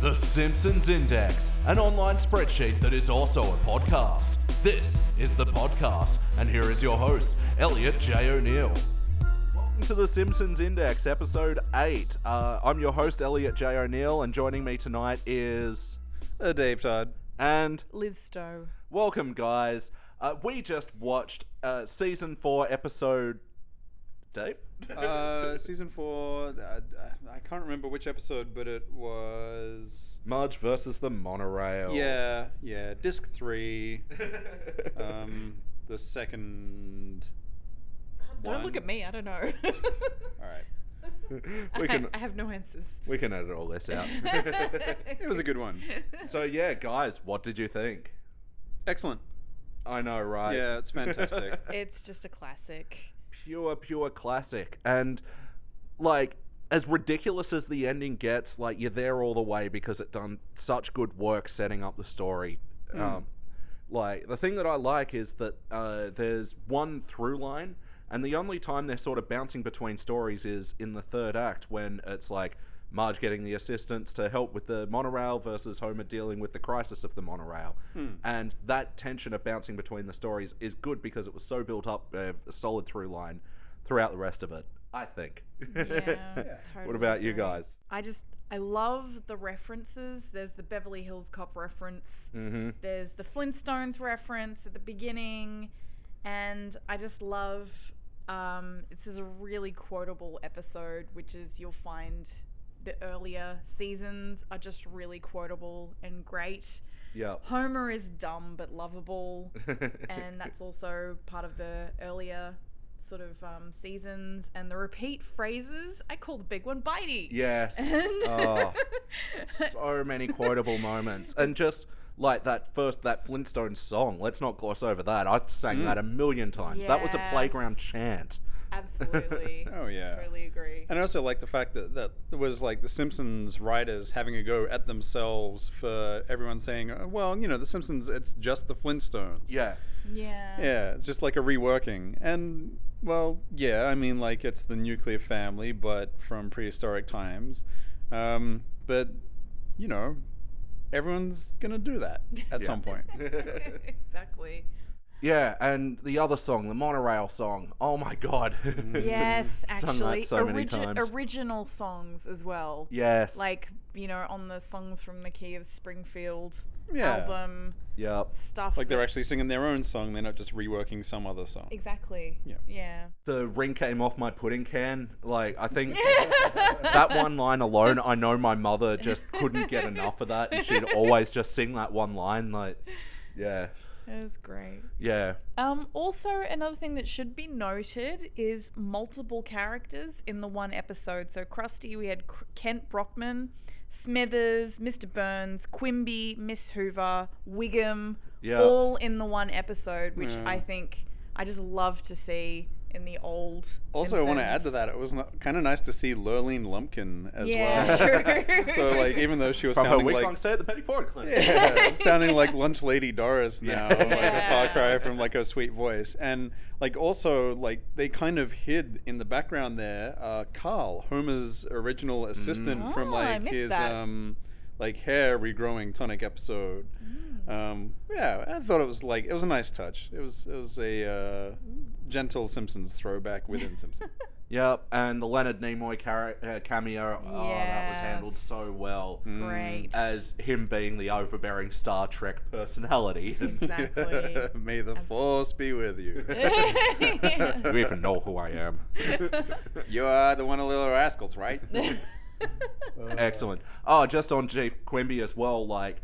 The Simpsons Index, an online spreadsheet that is also a podcast. This is the podcast, and here is your host, Elliot J. O'Neill. Welcome to The Simpsons Index, episode 8. Uh, I'm your host, Elliot J. O'Neill, and joining me tonight is. Uh, Dave Todd. And Liz Stowe. welcome, guys. Uh, we just watched uh, season 4, episode. Dave? Uh, season four. Uh, I can't remember which episode, but it was. Marge versus the monorail. Yeah, yeah. Disc three. Um, the second. Don't one. look at me. I don't know. All right. we can I have no answers. we can edit all this out. It was a good one. so yeah, guys, what did you think? Excellent. I know, right? Yeah, it's fantastic. It's just a classic. pure, pure classic. And like as ridiculous as the ending gets, like you're there all the way because it done such good work setting up the story. Um, like the thing that I like is that uh, there's one through line, and the only time they're sort of bouncing between stories is in the third act when it's like Marge getting the assistants to help with the monorail versus Homer dealing with the crisis of the monorail. And that tension of bouncing between the stories is good because it was so built up, uh, a solid through line throughout the rest of it, I think. Yeah, What totally about you agree. guys? I just I love the references. There's the Beverly Hills Cop reference. Mm-hmm. There's the Flintstones reference at the beginning, and I just love. Um, this is a really quotable episode, which is you'll find the earlier seasons are just really quotable and great. Yeah. Homer is dumb but lovable, and that's also part of the earlier sort of um, seasons. And the repeat phrases, I call the big one Bitey. Yes. And oh, so many quotable moments, and just like that first that Flintstones song. Let's not gloss over that. I sang that a million times. That was a Yes. playground chant. absolutely. Oh, yeah. Totally agree. And I also like the fact that that was like the Simpsons writers having a go at themselves for everyone saying, "Oh, well, you know, the Simpsons, it's just the Flintstones. Yeah. Yeah. Yeah, it's just like a reworking. And, well, yeah, I mean, like, it's the nuclear family, but from prehistoric times. Um, but, you know, everyone's going to do that at Yeah. some point. exactly. Yeah, and the other song, the monorail song. Oh my god. Mm. Yes, Sung that actually. so many origi- times. Original songs as well. Yes. Like, you know, on the Songs from the Key of Springfield Yeah. album Yep. stuff. Like, they're that- actually singing their own song, they're not just reworking some other song. Exactly. Yeah. Yeah. The ring came off my pudding can. Like I think that one line alone, I know my mother just couldn't get enough of that, and she'd always just sing that one line. Like, yeah, That was great. yeah. Um, also, another thing that should be noted is multiple characters in the one episode. So, Krusty, we had K- Kent Brockman, Smithers, Mr. Burns, Quimby, Miss Hoover, Wiggum, Yeah. all in the one episode, which Yeah. I think I just love to see in the old. Also, I want to add to Simpsons. that, it was kind of nice to see Lurleen Lumpkin as Yeah, well. true. so, like, even though she was From her sounding week like. long stay at the Petty Ford Clinic. Yeah, sounding like lunch lady Doris now, Yeah. like a far Yeah. cry from like a sweet voice, and like also like they kind of hid in the background there, uh, Carl Homer's original assistant from Oh, I like missed his that. um like hair regrowing tonic episode. Mm. Um, yeah, I thought it was like it was a nice touch. It was it was a uh, gentle Simpsons throwback within Simpsons. Yep, and the Leonard Nimoy car- uh, cameo. Oh, that was handled Yes. so well. um, Great. As him being the overbearing Star Trek personality. exactly. Mm. May the force be with you. Do you even know who I am? you are the one of Little Rascals, right? Excellent. Oh, just on Chief Quimby as well. Like,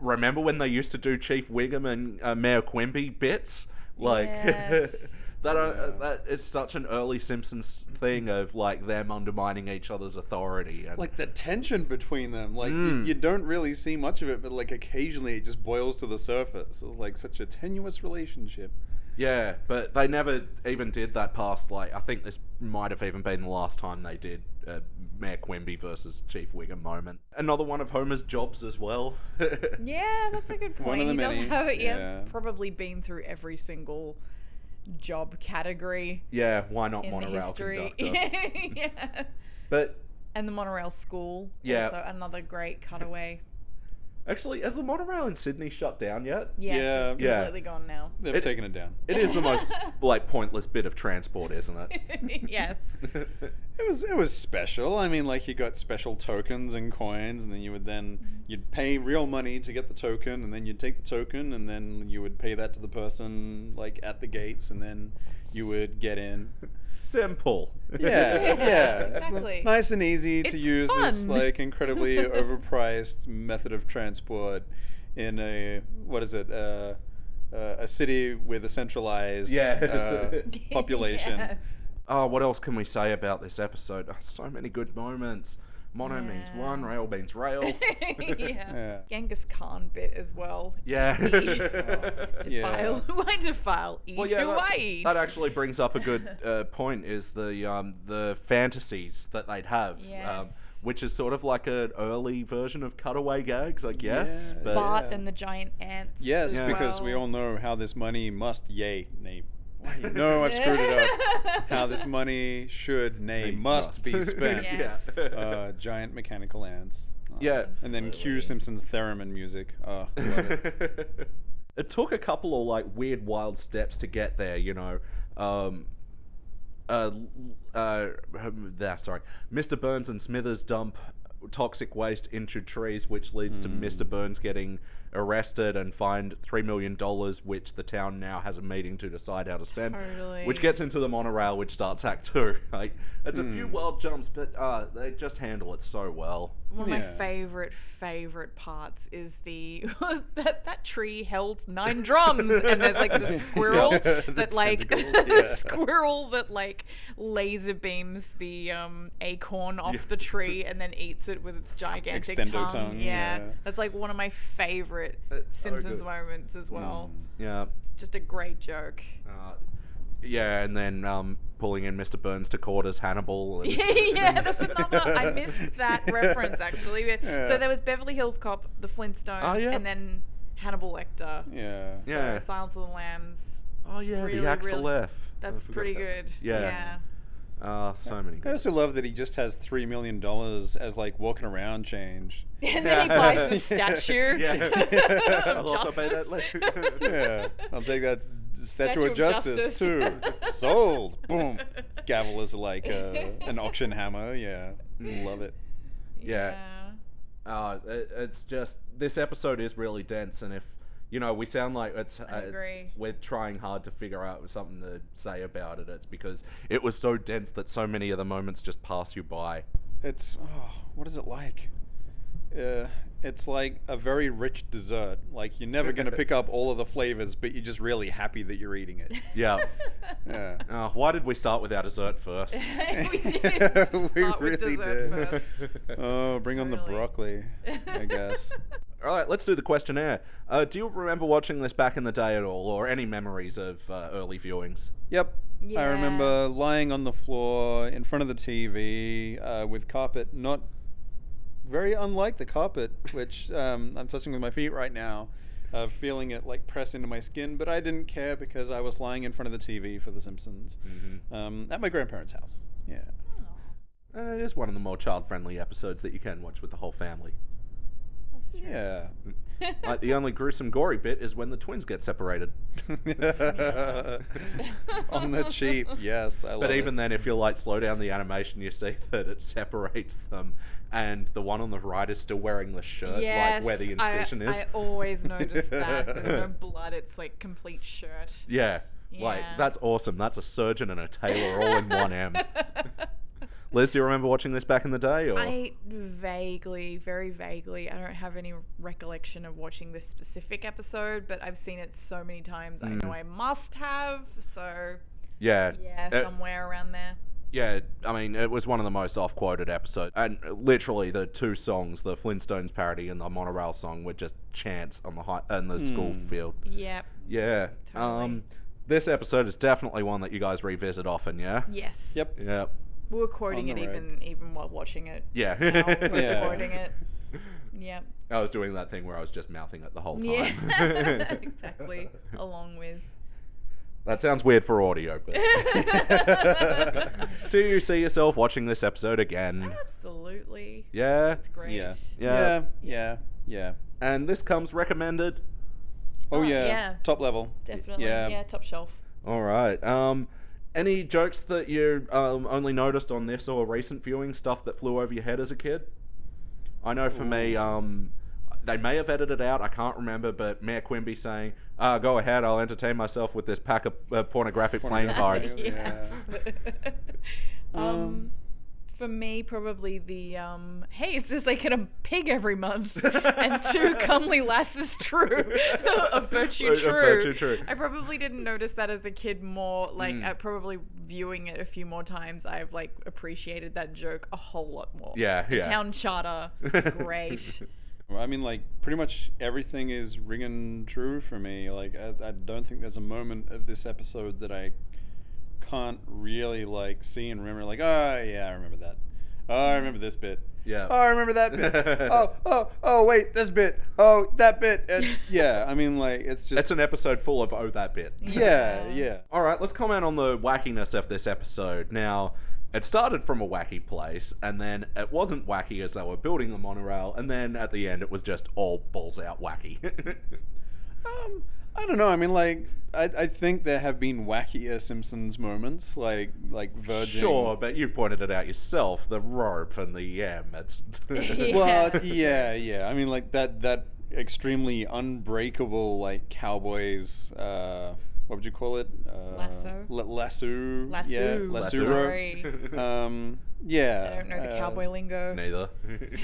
remember when they used to do Chief Wiggum and uh, Mayor Quimby bits? Like, Yes. that uh, that is such an early Simpsons thing of like them undermining each other's authority. And, like the tension between them like you, you don't really see much of it but like occasionally it just boils to the surface it's like such a tenuous relationship yeah, but they never even did that past. Like, I think this might have even been the last time they did. Uh, Mayor Quimby versus Chief Wiggum moment. Another one of Homer's jobs as well. Yeah, that's a good point. One of he the does many, have he yeah. has probably been through every single job category yeah, why not in the monorail history. conductor? yeah. But And the monorail school. Yeah. Also another great cutaway. Actually, has the monorail in Sydney shut down yet? Yes, Yeah. it's Yeah. completely gone now. They've It- taken it down. It is the most like pointless bit of transport, isn't it? yes. It was it was special. I mean, like you got special tokens and coins, and then you would then you'd pay real money to get the token, and then you'd take the token, and then you would pay that to the person like at the gates, and then you would get in. Simple. Yeah, Yeah, yeah, exactly. Nice and easy to It's use this fun. like incredibly overpriced method of transport in a what is it? Uh, uh, a city with a centralized Yes. uh, population. Yes. Oh, what else can we say about this episode? Oh, so many good moments. Mono means Yeah. one, rail means rail. yeah. Yeah. Genghis Khan bit as well. Yeah. Eat, defile who I defile, E eat Well, yeah, who that's- I eat. that actually brings up a good uh, point. Is the um, the fantasies that they'd have, um, Yes. which is sort of like an early version of cutaway gags, I guess. Yeah. but Bart yeah. and the giant ants. Yes, as Yeah. because well. we all know how this money must, yay, nay. wait, No, I've screwed it up. How this money should, nay, They must be spent. Yes. Uh, giant mechanical ants. Uh, Yeah. And then Q Absolutely. Simpson's theremin music. Uh, love it. it took a couple of like weird wild steps to get there you know um uh, uh um, there, sorry mr burns and smithers dump toxic waste into trees which leads to mr burns getting arrested and fined three million dollars which the town now has a meeting to decide how to spend which Totally. gets into the monorail which starts act two like it's a few wild jumps but uh they just handle it so well One of Yeah. my favorite, favorite parts is the that that tree held nine drums, and there's like the squirrel Yeah, the that like tentacles, yeah. the squirrel that like laser beams the um, acorn off the tree and then eats it with its gigantic Extendo tongue. tongue, yeah. yeah. that's like one of my favorite It's so Simpsons good. moments as well. Mm. yeah It's just a great joke. Uh, yeah, and then um, pulling in Mr. Burns to court as Hannibal. And, yeah, that's another. I missed that reference actually. So there was Beverly Hills Cop, The Flintstones, Oh, yeah. and then Hannibal Lecter. Yeah. So Yeah. Silence of the Lambs. oh yeah, Really, the Axel really- F. That's pretty good. Yeah. Uh, so many. I Good also love that he just has $3 million as like walking around change. and then he Yeah. buys the statue. Yeah. of I'll also pay that justice. later. Yeah. I'll take that s- statue, Statue of of justice, justice. too. Sold. Boom. Gavel is like a, an auction hammer. Yeah. Love it. Yeah. Uh, it, it's just this episode is really dense, and if you know, we sound like it's. Uh, agree. We're trying hard to figure out something to say about it. It's because it was so dense that so many of the moments just pass you by. It's oh, what is it like? Uh, it's like a very rich dessert. Like you're never gonna pick up all of the flavors, but you're just really happy that you're eating it. Yeah. Yeah. uh, why did we start with our dessert first? we did. Just We start with really dessert did. first. Oh, bring on the Really? broccoli, I guess. All right, let's do the questionnaire. Uh, do you remember watching this back in the day at all, or any memories of uh, early viewings? Yep. I Yeah. remember lying on the floor in front of the TV uh, with carpet, not very unlike the carpet, which um, I'm touching with my feet right now, uh, feeling it like press into my skin, but I didn't care because I was lying in front of the TV for The Simpsons Mm-hmm. um, at my grandparents' house. Yeah. Oh, And it is Uh, one of the more child-friendly episodes that you can watch with the whole family. Yeah. like Uh, the only gruesome, gory bit is when the twins get separated. on the cheap, yes. I love But even it. then, if you like slow down the animation, you see that it separates them, and the one on the right is still wearing the shirt, Yes, like where the I- incision is. I always notice that. There's no blood. It's like complete shirt. yeah, like Yeah. that's awesome. That's a surgeon and a tailor all in one M. Liz, do you remember watching this back in the day? Or I vaguely, very vaguely, I don't have any recollection of watching this specific episode, but I've seen it so many times. I know I must have. So Mm. yeah, yeah, Uh, somewhere around there. Yeah, I mean, it was one of the most off quoted episodes. And literally, the two songs, the Flintstones parody and the monorail song, were just chants on the, high, on the school field. Yep. Yeah. Totally. Um, this episode is definitely one that you guys revisit often, yeah? Yes. Yep. Yeah. We were quoting On it the road. even even while watching it. Yeah. Now we're Yeah. quoting it. Yep. I was doing that thing where I was just mouthing it the whole time. Yeah. exactly. Along with. That sounds weird for audio, but. Do you see yourself watching this episode again? Absolutely. Yeah. It's great. Yeah. Yeah. Yeah. Yeah. Yeah. And this comes recommended. Oh, Oh, yeah. yeah. Top level. Definitely. Yeah. Yeah. top shelf. All right. Um, any jokes that you um, only noticed on this or recent viewing stuff that flew over your head as a kid? I know for me, um, they may have edited out. I can't remember, but Mayor Quimby saying, uh, "Go ahead, I'll entertain myself with this pack of uh, pornographic playing cards." Pornographic. Yeah. Yes. um, Um. for me, probably the um, hey, it says I get a pig every month, and two comely lasses true, a virtue A true. virtue true. I probably didn't notice that as a kid more. Like, Mm. uh, probably viewing it a few more times, I've like appreciated that joke a whole lot more. Yeah, The yeah. Town charter, it's great. Well, I mean, like pretty much everything is ringing true for me. Like I, I don't think there's a moment of this episode that I can't really like see and remember. Like, oh yeah, I remember that. Oh, I remember this bit. Yeah. Oh, I remember that bit. oh, oh, oh, wait, this bit. Oh, that bit. It's yeah. I mean, like it's just That's an episode full of "Oh, that bit." yeah, yeah. All right, let's comment on the wackiness of this episode. Now, it started from a wacky place, and then it wasn't wacky as they were building the monorail, and then at the end, it was just all balls out wacky. Um, I don't know. I mean, like I, I think there have been wackier Simpsons moments, like like Virgin. Sure, but you pointed it out yourself the rope and the yam. It's Yeah. well yeah yeah i mean like that that extremely unbreakable like cowboys uh what would you call it uh, Lasso? la- lasso Lasso. yeah Lasso. lasso rope. Sorry. um yeah I don't know the uh, cowboy lingo. neither.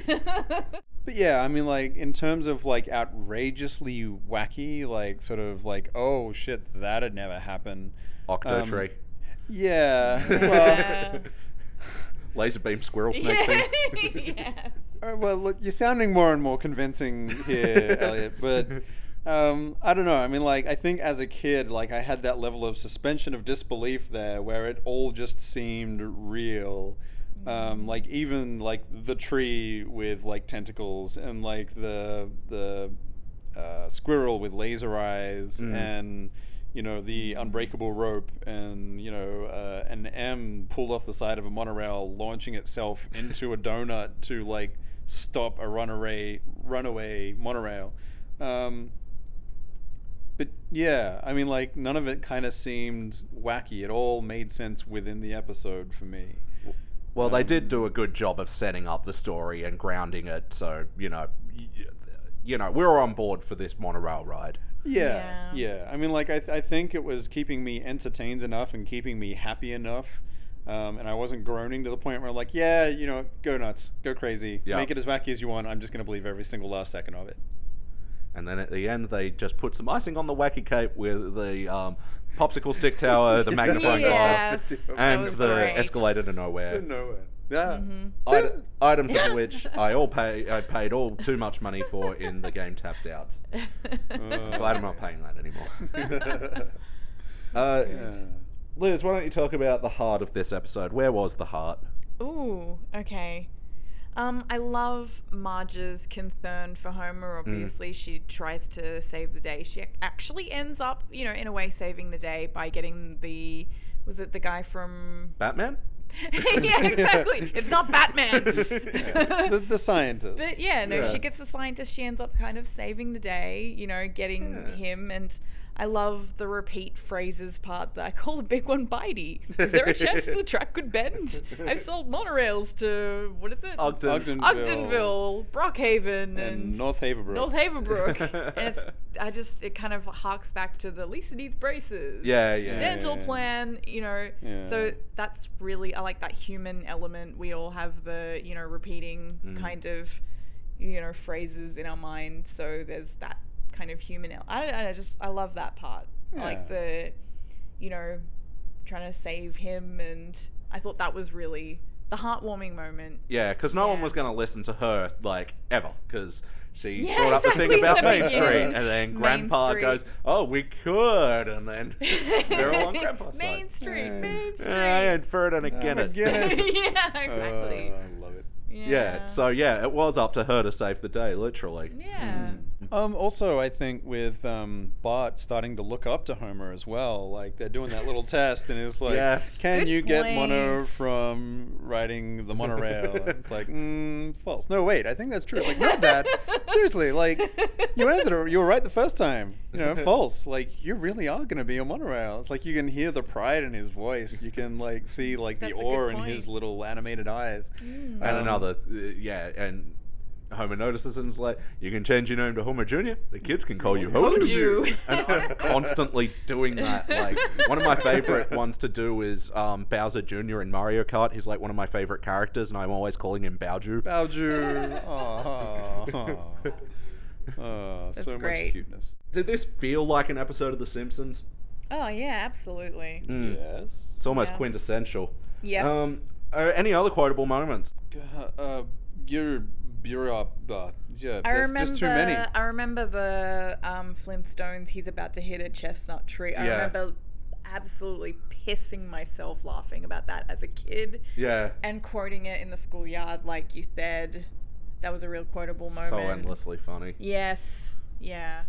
but yeah i mean like in terms of like outrageously wacky like sort of like oh shit that'd never happen Octo Um, tree. yeah well Yeah. Laser beam squirrel snake yeah. thing. Yes. Uh, well, look, you're sounding more and more convincing here, Elliot. But um, I don't know. I mean, like, I think as a kid, like, I had that level of suspension of disbelief there, where it all just seemed real. Um, like even like the tree with like tentacles and like the the uh, squirrel with laser eyes Mm. and you know the unbreakable rope and you know uh, an M pulled off the side of a monorail, launching itself into a donut to like stop a runaway runaway monorail. Um, but yeah, I mean, like none of it kind of seemed wacky. It all made sense within the episode for me. Well, they did do a Mm. good job of setting up the story and grounding it, so you know, y- you know, we're on board for this monorail ride. Yeah, Yeah. yeah. I mean, like, I, th- I think it was keeping me entertained enough and keeping me happy enough. Um, and I wasn't groaning to the point where, like, yeah, you know, go nuts, go crazy, Yeah. make it as wacky as you want. I'm just going to believe every single last second of it. And then at the end, they just put some icing on the wacky cake with the um, popsicle stick tower, the magnifying glass, Yes, that Oh and was the great. escalator to nowhere. nowhere. Yeah. Id- items of which I all pay, I paid all too much money for in the game Tapped Out. Uh, Glad I'm not paying that anymore. Uh, Liz, why don't you talk about the heart of this episode? Where was the heart? Ooh, okay. Um, I love Marge's concern for Homer. Obviously, she tries to save the day. She ac- actually ends up, you know, in a way, saving the day by getting the. Was it the guy from? Batman? yeah, exactly. It's not Batman. the, the scientist. But yeah, no, Yeah. she gets the scientist. She ends up kind of saving the day, you know, getting Yeah. him. And I love the repeat phrases part that I call a big one bitey. Is there a chance the track could bend? I've sold monorails to, what is it? Ogden. Ogdenville, Brockhaven, and, and North Haverbrook. North Haverbrook. and it's, I just, it kind of harks back to the Lisa needs braces. Yeah, yeah. Dental Yeah. plan, you know. Yeah. So that's really I like that human element. We all have the you know repeating Mm. kind of you know phrases in our mind. So there's that kind of human. El- I don't. I just I love that part. I like Yeah. the you know trying to save him, and I thought that was really the heartwarming moment. Yeah, because no one Yeah. was going to listen to her like ever, because she Yeah, brought up the thing exactly, about the Main beginning. Street, and then Main Grandpa Street. goes, "Oh, we could," and then they're all on Grandpa's Main side. Street, Yeah. Main Street. Yeah, and for it and again I it. get yeah, it. exactly. Uh, I love it. Yeah, so yeah, it was up to her to save the day, literally. Yeah. Mm. Um, also, I think with um, Bart starting to look up to Homer as well, like they're doing that little test, and it's like, Yes. can Good you get point. mono from riding the monorail? And it's like, mm, false. No, wait, I think that's true. It's like, no, Dad, seriously, like you answered, it. you were right the first time. You know, false. Like you really are going to be a monorail. It's like you can hear the pride in his voice. You can like see like That's a the good awe in point. Mm. his little animated eyes. and Um, another, uh, yeah, and Homer notices and is like, "You can change your name to Homer Junior. The kids can call you Homer Hoju." Hoju. and I'm constantly doing that. Like one of my favorite ones to do is um, Bowser Junior in Mario Kart. He's like one of my favorite characters, and I'm always calling him Bowju. Bowju. Aw. Aw, That's Uh, so great. much cuteness. Did this feel like an episode of The Simpsons? Oh yeah, absolutely. Mm. Yes. It's almost Yeah. quintessential. Yes. Um, uh, any other quotable moments? Uh, your bureau. Uh, yeah, I there's remember. just too many. I remember the um, Flintstones. He's about to hit a chestnut tree. I Yeah. remember absolutely pissing myself laughing about that as a kid Yeah, and quoting it in the schoolyard, like you said. That was a real quotable moment. so endlessly funny. Yes. Yeah.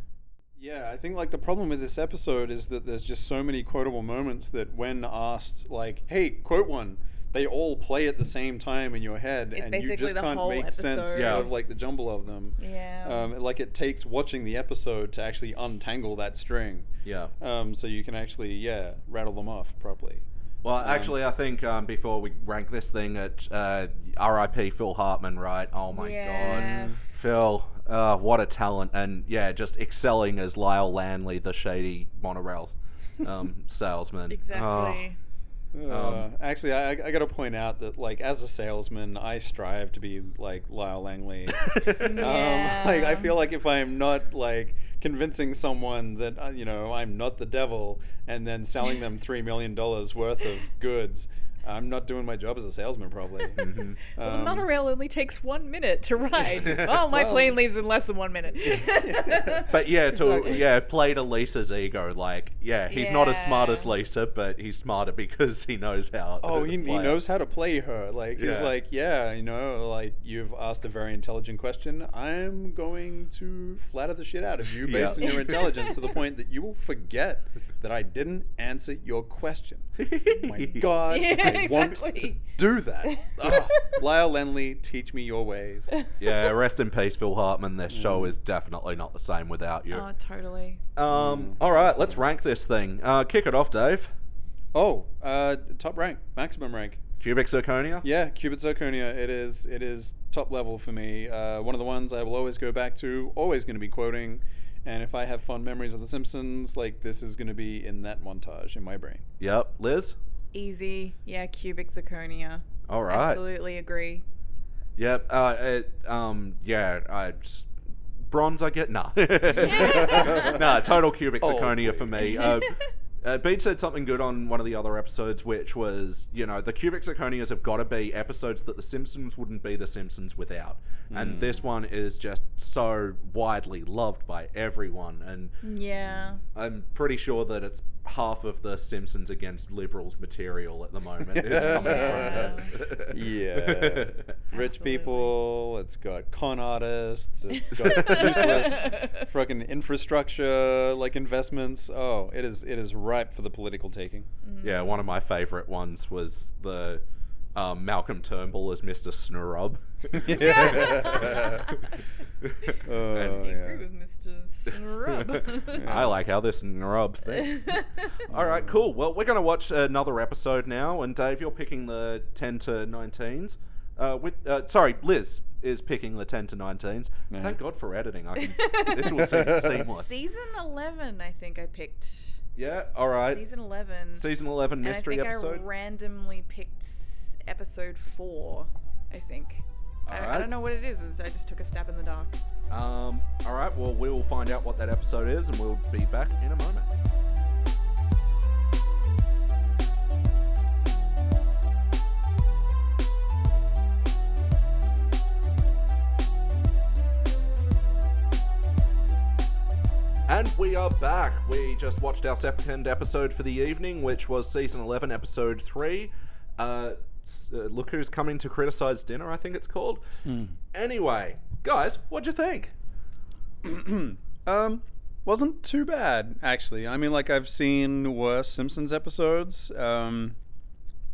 Yeah, I think like the problem with this episode is that there's just so many quotable moments that when asked, like, "Hey, quote one," they all play at the same time in your head, It's and you basically just the can't whole make sense episode. Yeah. of like the jumble of them. Yeah. Um, like it takes watching the episode to actually untangle that string, Yeah. um, so you can actually yeah rattle them off properly. Well, actually, I think um, before we rank this thing, at uh, R.I.P. Phil Hartman, right? Oh my Yes. God, Phil, uh, what a talent! And yeah, just excelling as Lyle Lanley, the shady monorail um, salesman. Oh, exactly. Uh, actually, I, I got to point out that, like, as a salesman, I strive to be like Lyle Langley. Yeah. um, like, I feel like if I'm not like convincing someone that uh, you know I'm not the devil, and then selling them three million dollars worth of goods, I'm not doing my job as a salesman, probably. Mm-hmm. Mm-hmm. Well, Um, the monorail only takes one minute to ride. oh, my Well- plane leaves in less than one minute. But yeah, to Exactly. yeah, play to Lisa's ego. Like, yeah, he's not as smart Yeah. as Lisa, but he's smarter because he knows how. Oh, to he, he play it. knows how to play her. Like he's Yeah. like, yeah, you know, like you've asked a very intelligent question. I'm going to flatter the shit out of you based Yeah. on your intelligence to the point that you will forget that I didn't answer your question. Oh My God, I Yeah, want to exactly. do that. Ah, Lyle Lenley, teach me your ways. Yeah, rest in peace, Phil Hartman. Mm. This show is definitely not the same without you. oh, totally. Um, all right, let's rank this thing. Uh, kick it off, Dave. Oh, uh, top rank, maximum rank. Cubic zirconia. Yeah, Cubit Zirconia. It is. It is top level for me. Uh, one of the ones I will always go back to. Always going to be quoting. And if I have fond memories of The Simpsons, like this is going to be in that montage in my brain. Yep. Liz. Easy. Yeah, cubic zirconia. All right. Absolutely agree. Yep. Uh, it, um, yeah. I s- bronze. I get nah. nah. Total cubic Oh, zirconia please. for me. Uh, uh, Bede said something good on one of the other episodes, which was, you know, the cubic zirconias have got to be episodes that The Simpsons wouldn't be The Simpsons without, Mm. and this one is just so widely loved by everyone, and Yeah. I'm pretty sure that it's half of the Simpsons against liberals material at the moment is coming from Yeah. it. Rich Absolutely. people. It's got con artists. It's got useless fucking infrastructure, like investments. Oh, it is. It is ripe for the political taking. yeah, one of my favorite ones was the um, Malcolm Turnbull as Mr. Snurub. Oh, I agree yeah. with Mr. Snrub. I like how this Snurub thinks. All right, cool. Well, we're going to watch another episode now, and Dave, you're picking the 10 to 19s. Uh, with, uh, sorry, Liz is picking the 10 to 19s. Thank God for editing. I can, this will seem seamless. Season 11, I think I picked. yeah, all right. Season, Season 11. 11 and mystery I think episode. I randomly picked s- episode 4, I think. I, I Alright. don't know what it is. is I just took a stab in the dark. um, all right, well, we will find out what that episode is, and we'll be back in a moment. And we are back. We just watched our second episode for the evening, which was season 11, episode 3. Uh, s- uh, look who's coming to criticize dinner, I think it's called. Anyway, guys, what'd you think? um, wasn't too bad actually. I mean, like I've seen worse Simpsons episodes. Um,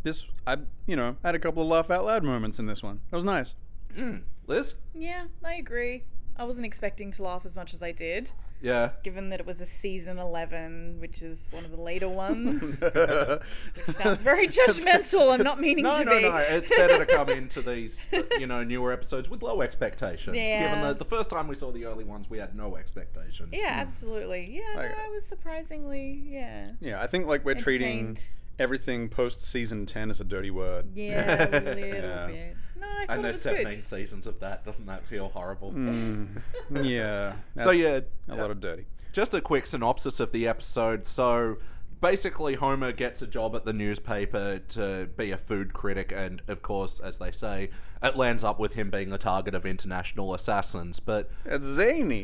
this I you know had a couple of laugh out loud moments in this one. That was nice. Hmm. Mm. Liz? Yeah, I agree. I wasn't expecting to laugh as much as I did, Yeah. given that it was a season 11, which is one of the later ones. Sounds Sounds very judgmental. I'm not meaning No, to no, be. no. It's better to come into these, uh, you know, newer episodes with low expectations. Given Yeah. that the first time we saw the early ones, we had no expectations. Yeah, absolutely. Yeah, Like- no, I was surprisingly, yeah. Yeah, I think like we're treating Entertained. everything post season ten as a dirty word. Yeah, a little Yeah. bit. No, I thought And it there's was 17 good. seasons of that. Doesn't that feel horrible? Mm, yeah. So that's yeah, uh, a lot of dirty. Just a quick synopsis of the episode. So basically, Homer gets a job at the newspaper to be a food critic, and of course, as they say, it lands up with him being the target of international assassins. But It's zany.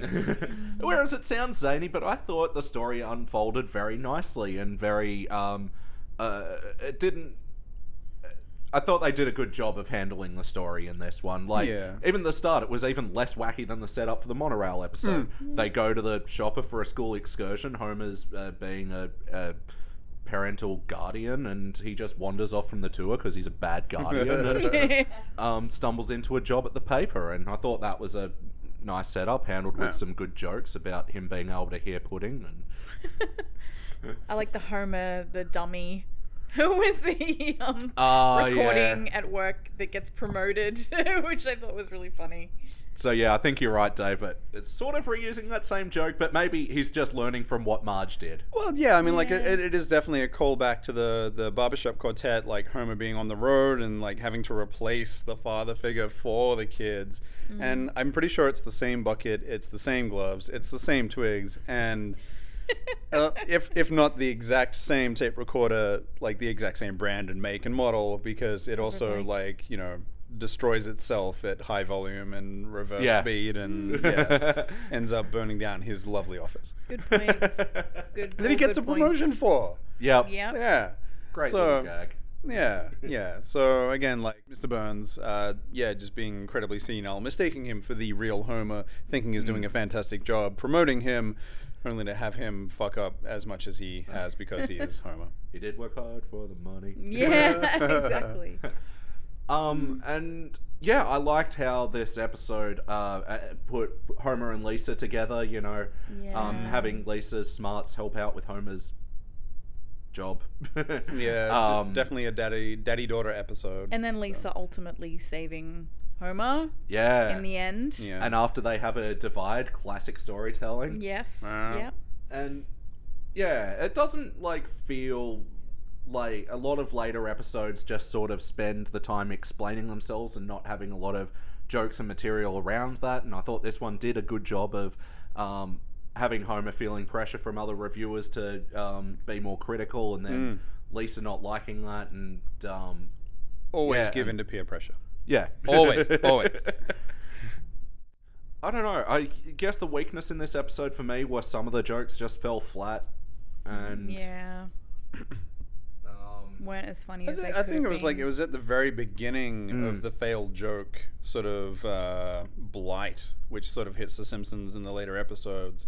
whereas it sounds zany, but I thought the story unfolded very nicely and very. Um, uh, it didn't. I thought they did a good job of handling the story in this one. Like, Yeah. even the start, it was even less wacky than the setup for the monorail episode. They go to the shopper for a school excursion. Homer's uh, being a, a parental guardian, and he just wanders off from the tour because he's a bad guardian. and, um, stumbles into a job at the paper, and I thought that was a nice setup, handled with some good jokes about him being able to hear pudding. And uh, I like the Homer, the dummy, with the um, Oh, yeah. recording at work that gets promoted, which I thought was really funny. so, yeah, I think you're right, David. It's sort of reusing that same joke, but maybe he's just learning from what Marge did. Well, yeah, I mean, like it, Yeah. it, it is definitely a callback to the the barbershop quartet, like Homer being on the road and like having to replace the father figure for the kids. And I'm pretty sure it's the same bucket, it's the same gloves, it's the same twigs, and uh, if if not the exact same tape recorder, like the exact same brand and make and model, because it also Everything. like you know destroys itself at high volume and reverse Yeah. speed, and yeah, ends up burning down his lovely office. Good point. Good. That he all gets a good points. promotion for. Yep. Yep. Yeah. Great So- little gag. Yeah, yeah. So again, like Mr. Burns, uh, yeah, just being incredibly senile, mistaking him for the real Homer, thinking he's Mm. doing a fantastic job, promoting him, only to have him fuck up as much as he has because he is Homer. He did work hard for the money. Yeah, exactly. Um, and yeah, I liked how this episode uh, uh, put Homer and Lisa together. You know, um, Mm. Yeah. having Lisa's smarts help out with Homer's job. Yeah, d- um, definitely a daddy daddy daughter episode. And then Lisa ultimately saving Homer Yeah, in the end. yeah, and after they have a divide, classic storytelling, Yes. Wow. Yep. and yeah, it doesn't like feel like a lot of later episodes just sort of spend the time explaining themselves and not having a lot of jokes and material around that. And I thought this one did a good job of um, having Homer feeling pressure from other reviewers to um, be more critical, and then Lisa not liking that, and um, always yeah, give and- in to peer pressure. yeah, Always, always. I don't know. I guess the weakness in this episode for me was some of the jokes just fell flat, and Yeah. um, Weren't as funny I, as thi- they I think could've it was like been. it was at the very beginning Mm. of the failed joke sort of uh, blight, which sort of hits the Simpsons in the later episodes.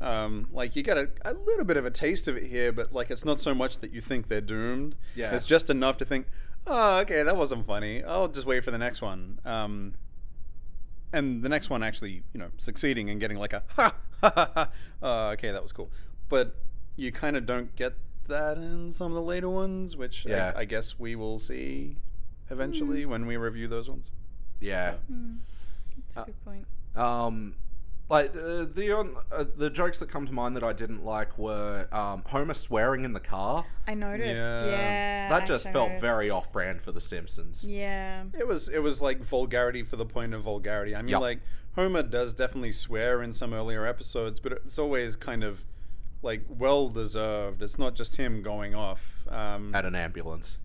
Um, like you get a, a little bit of a taste of it here, but like it's not so much that you think they're doomed. Yeah. it's just enough to think, oh, okay, that wasn't funny. I'll just wait for the next one. Um, and the next one actually, you know, succeeding and getting like a ha ha ha. ha uh, okay, that was cool. But you kind of don't get that in some of the later ones, which Yeah. I, I guess we will see eventually when we review those ones. yeah. Hmm. That's a Uh, good point. Um, like uh, the on, uh, the jokes that come to mind that I didn't like were um, Homer swearing in the car. I noticed. yeah. Yeah. That just actually felt noticed. very off-brand for The Simpsons. Yeah. It was it was like vulgarity for the point of vulgarity. I mean, Yep. like Homer does definitely swear in some earlier episodes, but it's always kind of like well deserved. It's not just him going off. Um, At an ambulance.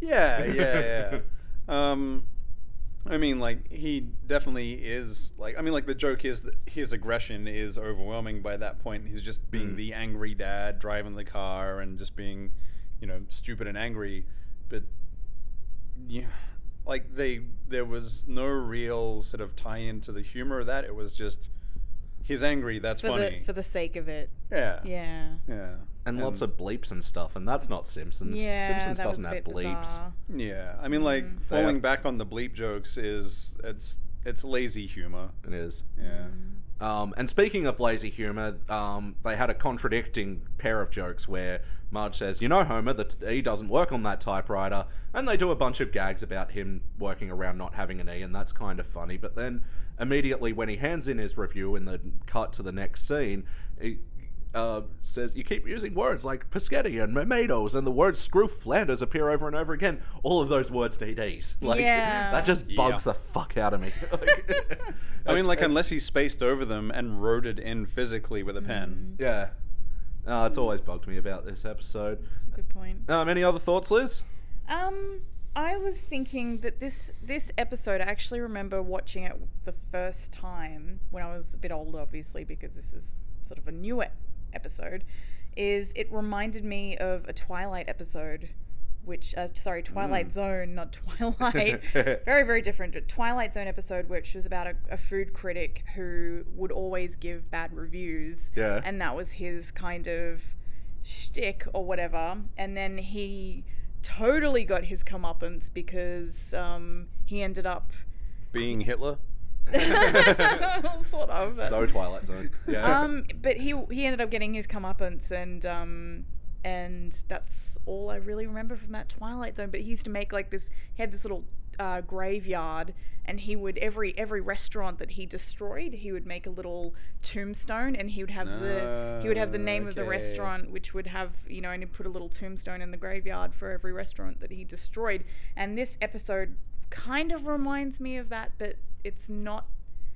Yeah, yeah, yeah. um, I mean, like he definitely is. Like, I mean, like the joke is that his aggression is overwhelming by that point. He's just being Mm. the angry dad driving the car and just being, you know, stupid and angry. But yeah, like they, there was no real sort of tie in to the humor of that. It was just he's angry. That's for funny. the for the sake of it. yeah. Yeah. Yeah. and lots Um, of bleeps and stuff, and that's not Simpsons. Yeah. Simpsons that was doesn't a have bit bleeps. bizarre. Yeah. I mean, like Mm. They falling have- back on the bleep jokes is it's it's lazy humor. It is. Yeah. Mm-hmm. Um, and speaking of lazy humor, um, they had a contradicting pair of jokes where Marge says, "You know, Homer, that he doesn't work on that typewriter," and they do a bunch of gags about him working around not having an e, and that's kind of funny. But then immediately when he hands in his review in the cut to the next scene, he uh, says, "You keep using words like Pescetti and Mementos, and the word screw Flanders appear over and over again. All of those words need e's. Like Yeah. that just bugs Yeah. the fuck out of me." Like, I mean, it's- like it's- unless he spaced over them and wrote it in physically with a pen. Mm-hmm. yeah. Uh, it's always bugged me about this episode. Good point. Um, any other thoughts, Liz? Um, I was thinking that this this episode, I actually remember watching it the first time when I was a bit older, obviously, because this is sort of a newer episode. Is it reminded me of a Twilight episode, which uh, sorry, Twilight Zone, not Twilight. very very different. A Twilight Zone episode, which was about a, a food critic who would always give bad reviews Yeah. and that was his kind of shtick or whatever. And then he totally got his comeuppance because um, he ended up Being Hitler. sort of. but- So Twilight Zone. Yeah. um, but he he ended up getting his comeuppance, and um, and that's all I really remember from that Twilight Zone. But he used to make like this. He had this little uh, graveyard, and he would every every restaurant that he destroyed, he would make a little tombstone, and he would have the he would have the name of the Okay. restaurant, which would have you know, and he'd put a little tombstone in the graveyard for every restaurant that he destroyed. And this episode kind of reminds me of that, but it's not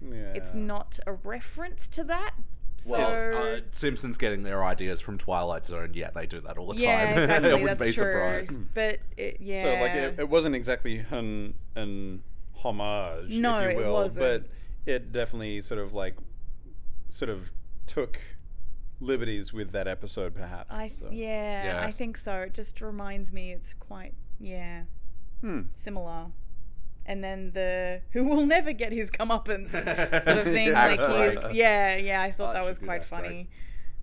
Yeah. it's not a reference to that. So well, uh, Simpsons getting their ideas from Twilight Zone. Yeah, they do that all the yeah, time. exactly. I wouldn't that's be true. surprised. But it, yeah, So like it, it wasn't exactly an an homage, No, if it you will, wasn't. but it definitely sort of like sort of took liberties with that episode, perhaps. I so. yeah, Yeah. I think so. It just reminds me. It's quite yeah Hmm. similar. And then the who will never get his comeuppance sort of thing. Act like he's, break. yeah, yeah. I thought That that should was be quite act break. funny.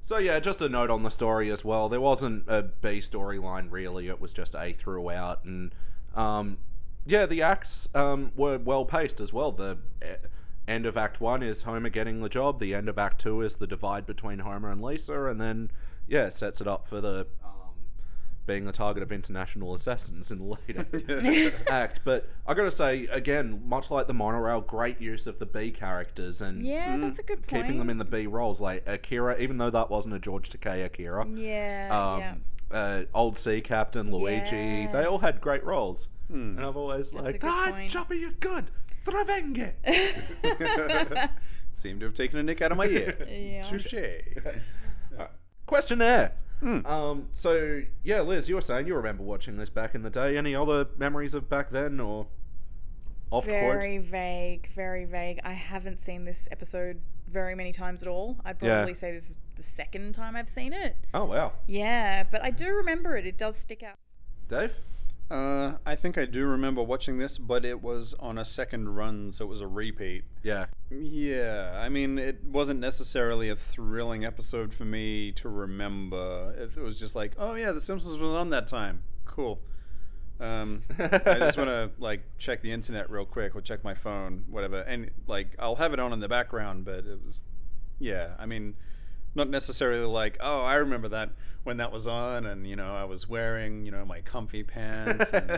So yeah, just a note on the story as well. There wasn't a B storyline really. It was just A throughout, and um, yeah, the acts um, were well paced as well. The eh, end of Act One is Homer getting the job. The end of Act Two is the divide between Homer and Lisa, and then yeah, it sets it up for the um, being the target of international assassins in the later act. But I gotta say, again, much like the monorail, great use of the B characters and Yeah, that's a good point. Mm. keeping them in the B roles, like Akira, even though that wasn't a George Takei Akira. Mm, yeah, yeah. Um, uh, old sea captain Luigi, Yeah. they all had great roles, Hmm. and I've always a like, good ah, point. Choppy, you're good. Travenge. Seem to have taken a nick out of my ear. Yeah. Touche. Questionnaire. Hmm. Um, so yeah, Liz, you were saying you remember watching this back in the day. Any other memories of back then or off Very vague, very vague. I haven't seen this episode very many times at all. I'd Yeah. probably say this is the second time I've seen it. Oh wow, Yeah, but I do remember it. It does stick out. Dave. Uh, I think I do remember watching this, but it was on a second run, so it was a repeat. Yeah. Yeah, I mean, it wasn't necessarily a thrilling episode for me to remember. It was just like, oh yeah, The Simpsons was on that time. Cool. Um, I just want to like check the internet real quick or check my phone, whatever. And like, I'll have it on in the background, but it was, yeah. I mean, not necessarily like, oh, I remember that when that was on, and you know, I was wearing, you know, my comfy pants. And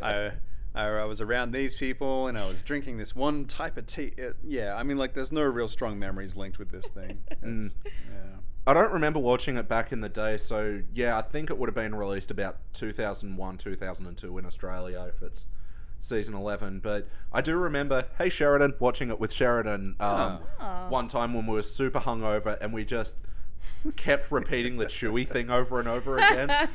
I, I, I was around these people and I was drinking this one type of tea. It, yeah, I mean, like, there's no real strong memories linked with this thing. It's, yeah. I don't remember watching it back in the day, so yeah, I think it would have been released about 2001, 2002 in Australia if it's season 11. But I do remember, hey Sheridan, watching it with Sheridan um, Ah. one time when we were super hungover and we just kept repeating the Chewy thing over and over again.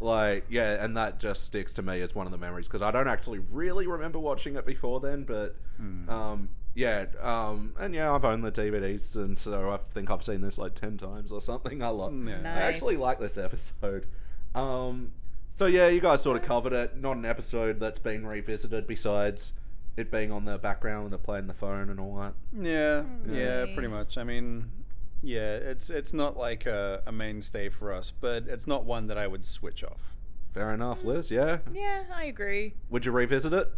like, yeah, and that just sticks to me as one of the memories because I don't actually really remember watching it before then, but. Um, yeah, um, and yeah, I've owned the DVDs, and so I think I've seen this like ten times or something. I like, Yeah. I actually Nice. like this episode. Um, so yeah, you guys sort of covered it. Not an episode that's been revisited besides it being on the background when they're playing the phone and all that. Yeah, yeah, Really? pretty much. I mean, yeah, it's it's not like a, a mainstay for us, but it's not one that I would switch off. Fair enough, Liz. Yeah. Yeah, I agree. Would you revisit it?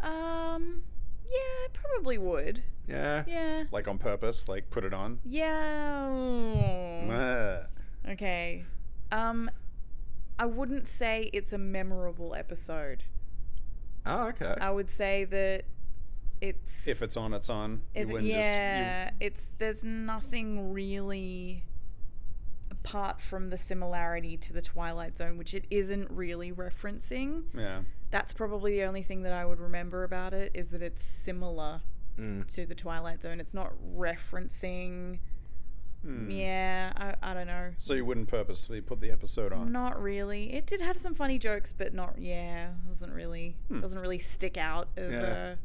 Um, yeah, I probably would. Yeah. Yeah. Like on purpose, like put it on. Yeah. mm. Mwah. Okay. Um, I wouldn't say it's a memorable episode. Oh, okay. I would say that it's If it's on, it's on. it- you wouldn't yeah, it's there's nothing really apart from the similarity to the Twilight Zone, which it isn't really referencing. just you, yeah. That's probably the only thing that I would remember about it is that it's similar Mm. to the Twilight Zone. It's not referencing. Hmm. Yeah, I, I don't know. So you wouldn't purposely put the episode on. Not really. It did have some funny jokes, but not yeah. Wasn't really Hmm. doesn't really stick out as Yeah. a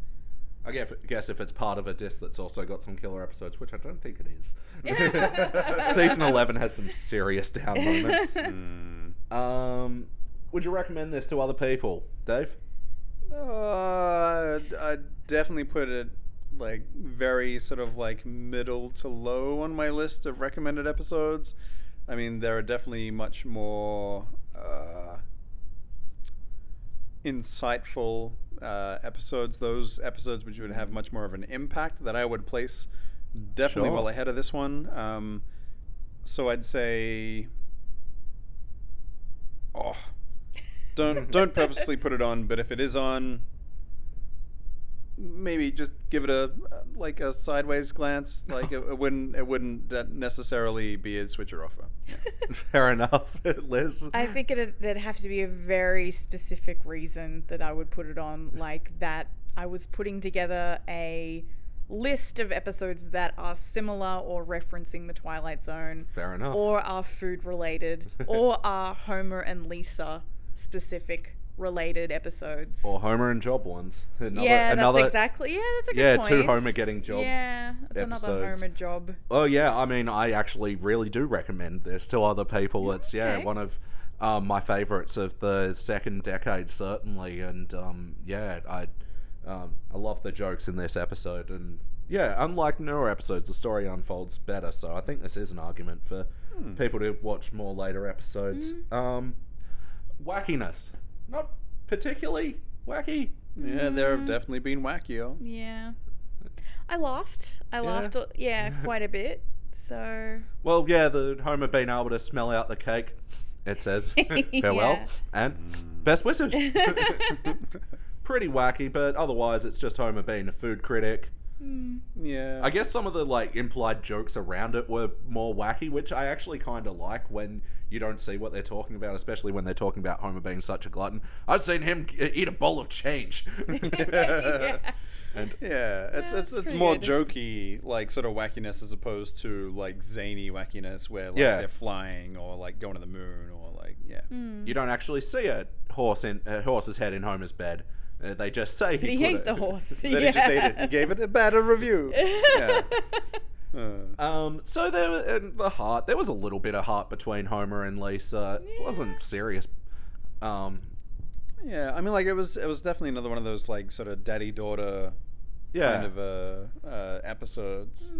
I guess, guess if it's part of a disc that's also got some killer episodes, which I don't think it is. Season 11 has some serious down moments. Hmm. Um, would you recommend this to other people, Dave? Uh, I definitely put it like very sort of like middle to low on my list of recommended episodes. I mean, there are definitely much more uh, insightful uh, episodes. Those episodes which would have much more of an impact that I would place definitely Sure. well ahead of this one. Um, so I'd say, oh, don't don't purposely put it on, but if it is on, maybe just give it a like a sideways glance. Like it, it wouldn't it wouldn't de- necessarily be a switcher offer. Yeah. Fair enough, Liz. I think it'd, there'd have to be a very specific reason that I would put it on, like that I was putting together a list of episodes that are similar or referencing the Twilight Zone, Fair enough. or are food related, or are Homer and Lisa specific related episodes. Or Homer and Job ones. Another, yeah, another, that's exactly. Yeah, that's a good Yeah, point. two Homer getting job Yeah, it's another episodes. Homer job. Oh yeah, I mean, I actually really do recommend this to other people. It's yeah, Okay. one of um, my favorites of the second decade, certainly. And um, yeah, I um, I love the jokes in this episode. And yeah, unlike newer episodes, the story unfolds better. So I think this is an argument for people to watch more later episodes. Um, wackiness, not particularly wacky. Yeah, there have definitely been wackier. Yeah, I laughed. I Yeah. laughed. a- Yeah, quite a bit. So Well, yeah, the Homer being able to smell out the cake, it says farewell Yeah. and best wishes. Pretty wacky, but otherwise it's just Homer being a food critic. Yeah, I guess some of the like implied jokes around it were more wacky, which I actually kind of like when you don't see what they're talking about, especially when they're talking about Homer being such a glutton. I've seen him e- eat a bowl of change. Yeah. And Yeah, it's Yeah, it's that's it's pretty more good. jokey, like sort of wackiness as opposed to like zany wackiness where like Yeah. they're flying or like going to the moon or like yeah. you don't actually see a horse in a horse's head in Homer's bed. Uh, they just say he, he put ate it- the horse. Then he just ate it and gave it a better review. yeah. Uh, Um, so there wa- and the heart. There was a little bit of heart between Homer and Lisa. It wasn't serious. Um, yeah, I mean like it was it was definitely another one of those like sort of daddy daughter yeah, kind of uh, uh episodes.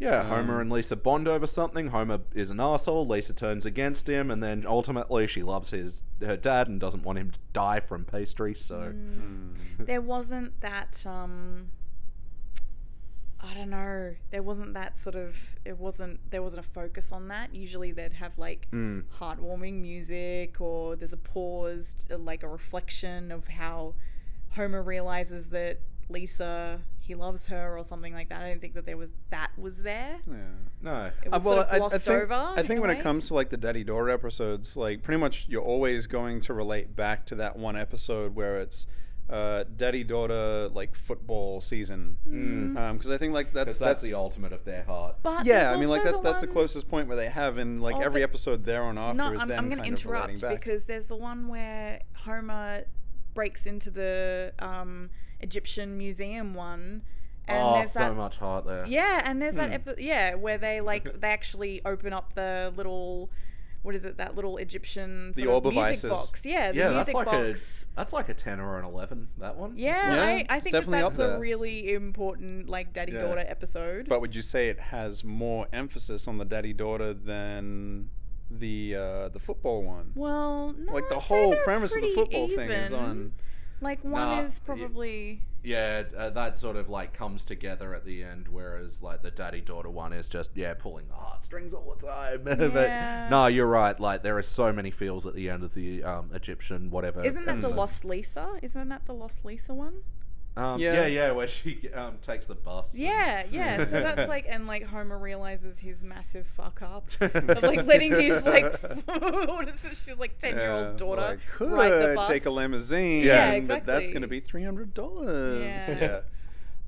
yeah. Um, Homer and Lisa bond over something. Homer is an asshole. Lisa turns against him, and then ultimately she loves his her dad and doesn't want him to die from pastry. So Mm. Mm-hmm. there wasn't that. Um, I don't know. There wasn't that sort of. It wasn't. There wasn't a focus on that. Usually they'd have like Mm. heartwarming music, or there's a pause, uh, like a reflection of how Homer realizes that Lisa he loves her, or something like that. I don't think that there was that was there. Yeah. no, It was Uh, sort of glossed think, over. I think in a when it way. comes to like the Daddy Dora episodes, like pretty much you're always going to relate back to that one episode where it's uh, Daddy Daughter like football season. Mm-hmm. Because I think like that's because that's, that's the ultimate of their heart. But yeah. there's I mean like also that's that's the one- closest point where they have in like Oh, every but- episode there on after No, is I'm, them I'm going to kind of relating interrupt back. because there's the one where Homer breaks into the um, Egyptian museum one, and oh, there's so that. much heart there. Hmm. Yeah, and there's that epi- yeah where they like they actually open up the little what is it? That little Egyptian The sort of Orbovices. music box. Yeah, the yeah, that's music like box. a that's like a ten or an eleven. That one. as yeah, well. Yeah, I, I think that definitely up that's a there. really important like daddy Yeah. daughter episode. But would you say it has more emphasis on the daddy daughter than the uh, the football one? well, no, like the I'd say whole they're premise of the pretty football thing is even. on. Like one Nah, is y- probably Yeah, uh, that sort of like comes together at the end, whereas like the daddy daughter one is just yeah pulling the heartstrings all the time. Yeah. but no, you're right. Like there are so many feels at the end of the um, Egyptian whatever. isn't that the episode. Lost Lisa? Isn't that the Lost Lisa one? Um, Yeah. yeah. yeah, where she um, takes the bus. and- Yeah, yeah. So that's like, and like Homer realizes his massive fuck up of like letting his like, what is this? She's like ten year Yeah, old daughter well, I could ride the bus. take a limousine, Yeah, but that's exactly. going to be three hundred dollars. Yeah.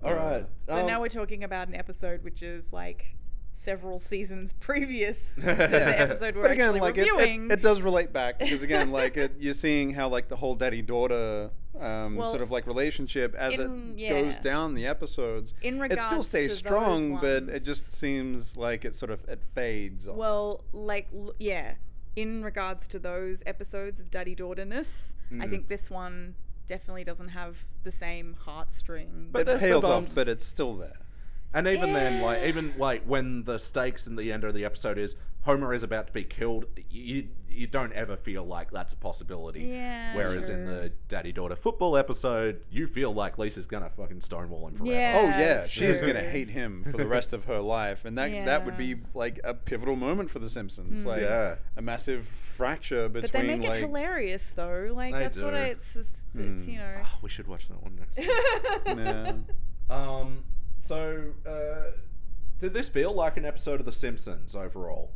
All right. So um, now we're talking about an episode which is like several seasons previous to the episode we're but again, actually like it, reviewing. it, it does relate back because again, like it, you're seeing how like the whole daddy daughter um, Well, sort of like relationship as in- it yeah. goes down the episodes, In it still regards stays to strong, those but it ones. just seems like it sort of it fades. off. Well, like l- yeah, in regards to those episodes of daddy daughterness, I think this one definitely doesn't have the same heartstring. But it there's the pales off, bumps. but it's still there. And even then, like Yeah. even like when the stakes in the end of the episode is Homer is about to be killed, you you don't ever feel like that's a possibility. Yeah, Whereas in true. the daddy daughter football episode, you feel like Lisa's gonna fucking stonewall him forever. Yeah. Oh yeah, it's she's gonna true. hate him for the rest of her life, and that that would Yeah. Mm-hmm. be like a pivotal moment for The Simpsons, like Yeah. a massive fracture but they between make it like hilarious though. Like They that's what do. I, it's, it's you know. Oh, we should watch that one next. Time. yeah. um. So, uh, did this feel like an episode of The Simpsons overall?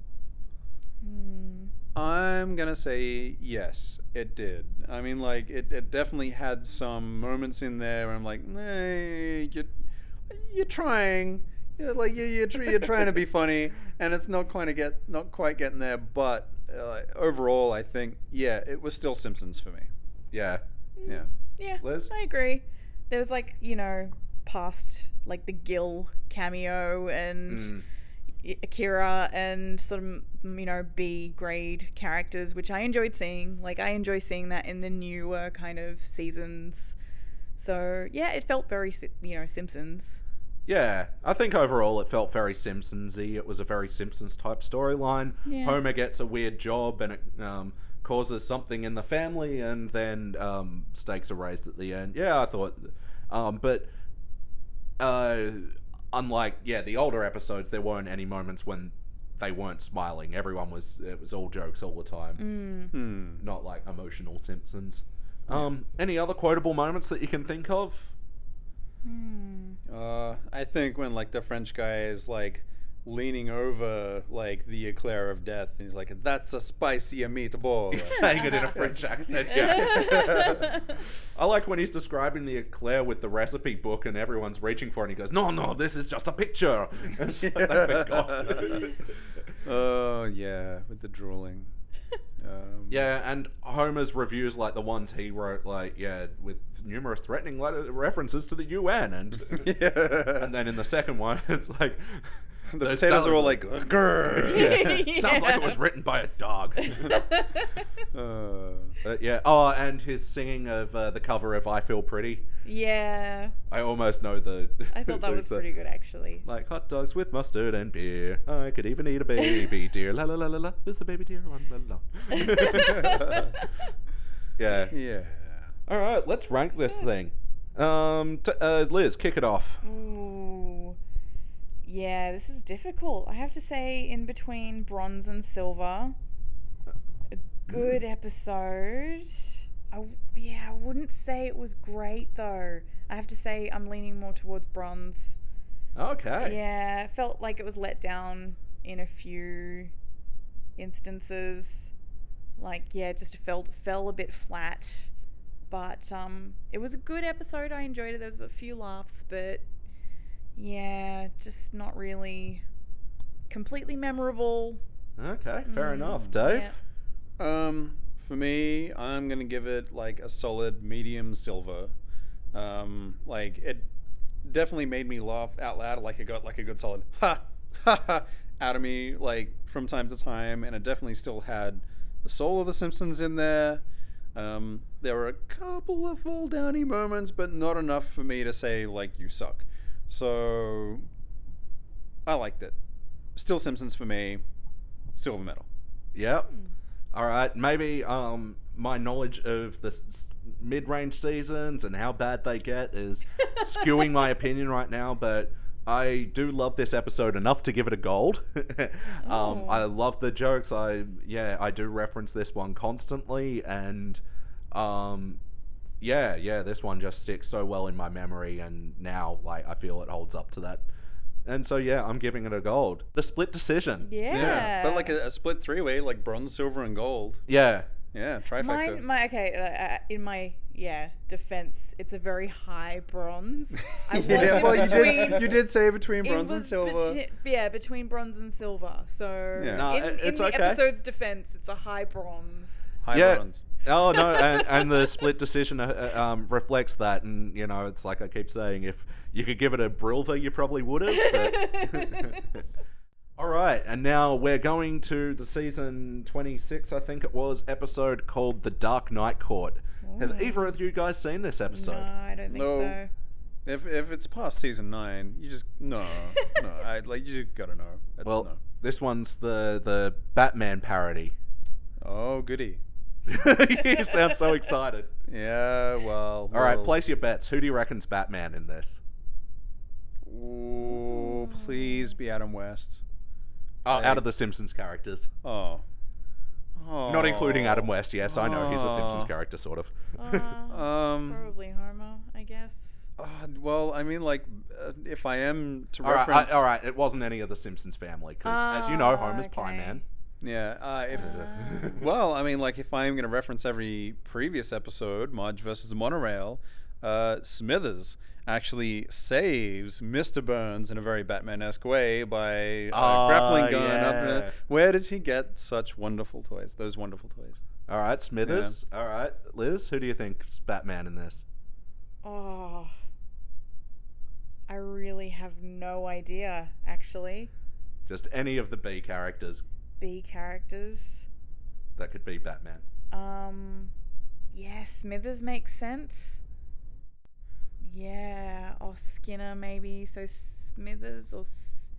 Hmm. I'm gonna say yes, it did. I mean, like it, it definitely had some moments in there where I'm like, hey, you, you're trying, you're like you, you're, tr- you're trying to be funny, and it's not quite to get not quite getting there. But uh, overall, I think yeah, it was still Simpsons for me. Yeah. Yeah. Yeah, Liz? I agree. There was like you know past like the Gill cameo and. Mm. I- Akira and sort of m- you know B grade characters, which I enjoyed seeing. Like I enjoy seeing that in the newer kind of seasons. So yeah, it felt very Si- you know Simpsons. Yeah, I think overall it felt very Simpsons-y. It was a very Simpsons type storyline. Yeah. Homer gets a weird job and it um, causes something in the family, and then um, stakes are raised at the end. Yeah, I thought, um, but uh, unlike yeah the older episodes, there weren't any moments when they weren't smiling. Everyone was it was all jokes all the Mm. time, Hmm. not like emotional Simpsons. Um, any other quotable moments that you can think of? Hmm. Uh, I think when like the French guy is like leaning over like the eclair of death, and he's like, "That's a spicy meatball." Saying it in a French accent, yeah. I like when he's describing the eclair with the recipe book and everyone's reaching for it and he goes, No, no, this is just a picture. It's like they forgot. Oh yeah, with the drooling. Um, yeah, and Homer's reviews, like the ones he wrote, like, yeah, with numerous threatening letter- references to the UN. And, yeah. and then in the second one, it's like. The potatoes are all like, "Grr." Yeah. Sounds like it Yeah. was written by a dog. Uh, But yeah. Oh, and his singing of uh, the cover of I Feel Pretty. yeah, I almost know the. I thought that was the- pretty good actually. Like hot dogs with mustard and beer. I could even eat a baby deer. La la la la la. Who's the baby deer on the lawn? yeah. yeah. All right, let's rank this thing. Um, t- uh, Liz, kick it off. Ooh. Yeah, this is difficult. I have to say, in between bronze and silver, a good episode. I w- yeah, I wouldn't say it was great though. I have to say, I'm leaning more towards bronze. Okay. Yeah, felt like it was let down in a few instances. Like yeah, it just felt fell a bit flat. But um, it was a good episode. I enjoyed it. There was a few laughs, but yeah, just not really completely memorable. Okay. Fair Mm, enough, Dave. yeah. Um, for me, I'm gonna give it like a solid medium silver. Um, like it definitely made me laugh out loud. Like it got like a good solid ha ha ha out of me like from time to time, and it definitely still had the soul of the Simpsons in there. Um, there were a couple of fall downy moments, but not enough for me to say like you suck. So I liked it. Still Simpsons for me. Silver medal. Yep. All right. Maybe um, my knowledge of the s- s- mid-range seasons and how bad they get is skewing my opinion right now, but I do love this episode enough to give it a gold. um, Ooh. I love the jokes. I yeah, I do reference this one constantly, and um, yeah, yeah, this one just sticks so well in my memory, and now like I feel it holds up to that. And so yeah, I'm giving it a gold. The split decision. Yeah. But like a, a split three way, like bronze, silver, and gold. Yeah. Yeah, trifecta. Mine, my okay. Uh, uh, in my yeah defense, it's a very high bronze. I was yeah, in well, you between- did, you did say between it bronze and was silver. beti- yeah, between bronze and silver. So Yeah. No, in, it- in it's the okay. episode's defense, it's a high bronze. High Yeah. bronze. Oh no, and, and the split decision uh, uh, um, reflects that, and you know, it's like I keep saying, if you could give it a Brilva, you probably would have. But... All right, and now we're going to the season twenty-six, I think it was, episode called "The Dark Knight Court." Have either of you guys seen this No, episode? I don't think No. so. If, if it's past season nine, you just no, no. I like you just gotta know. That's well, no. this one's the the Batman parody. Oh goody. you sound so excited. Yeah. Well. All right, place your bets. Who do you reckon's Batman in this? Ooh, please be Adam West. Oh, Hey. out of the Simpsons characters. Oh. oh. Not including Adam West, yes, I know. He's a Simpsons Aw. character, sort of. Uh, Um. probably Homer, I guess. uh, well, I mean, like, uh, if I am to all, right, reference, I- all right, it wasn't any of the Simpsons family, because as you know, Ah, Homer's Pie okay. Man. yeah. Uh, if Ah. well, I mean, like, if I am going to reference every previous episode, Marge versus the Monorail, uh, Smithers actually saves Mr. Burns in a very Batman-esque way by uh, Ah, grappling gun up. in yeah. a- where does he get such wonderful toys? Those wonderful toys. all right, Smithers. All right, Liz, who do you think's Batman in this? Oh, I really have no idea. Actually, Just any of the B characters B characters. that could be Batman. Um, yeah, Smithers makes sense. Yeah, or Skinner maybe. So Smithers or S-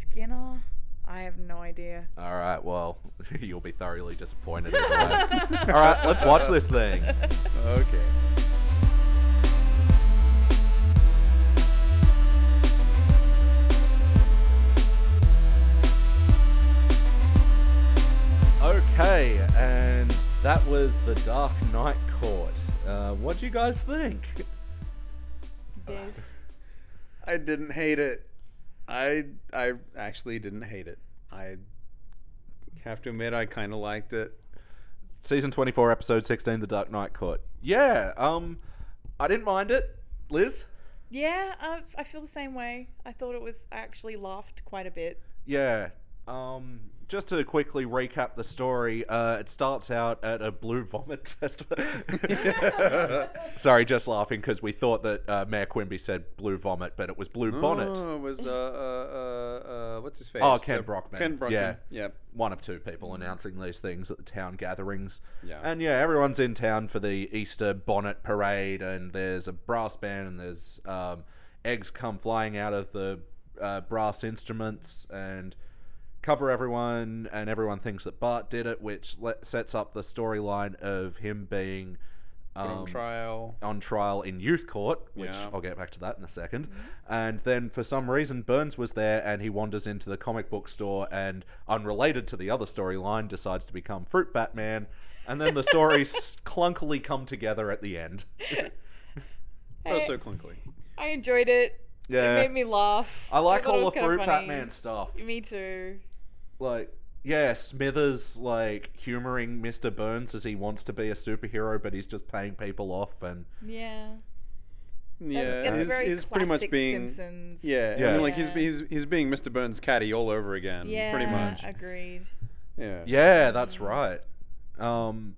Skinner. I have no idea. All right, well, you'll be thoroughly disappointed. otherwise. all right, let's watch this thing. Okay. Okay, and that was the Dark Knight Court. Uh, what do you guys think? Uh, Dave. I didn't hate it. I I actually didn't hate it. I have to admit I kind of liked it. season 24 episode 16 the dark knight court yeah um i didn't mind it liz Yeah, I, I feel the same way. I thought it was. I actually laughed quite a bit. yeah um just to quickly recap the story uh it starts out at a blue vomit festival sorry just laughing because we thought that uh, mayor quimby said blue vomit but it was blue bonnet Oh, it was uh, uh uh uh what's his face? Oh, Ken The- Brockman. Ken Brockman. Yeah. Yep. one of two people announcing these things at the town gatherings. Mm. Yeah. And yeah, everyone's in town for the Easter bonnet parade, and there's a brass band, and there's um, eggs come flying out of the uh, brass instruments and cover everyone, and everyone thinks that Bart did it, which le- sets up the storyline of him being. Put on um, trial. on trial in youth court, which Yeah. I'll get back to that in a 2nd Mm-hmm. And then for some reason, Burns was there and he wanders into the comic book store and, unrelated to the other storyline, decides to become Fruit Batman. And then the stories clunkily come together at the end. Oh, so clunkily. I enjoyed it. Yeah. It made me laugh. I like thought it all was the kinda Fruit funny. Batman stuff. Me too. Like, yeah, Smithers, like, humoring Mr. Burns as he wants to be a superhero, but he's just paying people off. And Yeah. Yeah, It's he's, very he's pretty much classic being Simpsons. Yeah, Yeah. I mean, like he's, Yeah. he's he's being Mr. Burns' caddy all over again, Yeah. pretty much. Agreed. Yeah. Yeah, that's right. Um,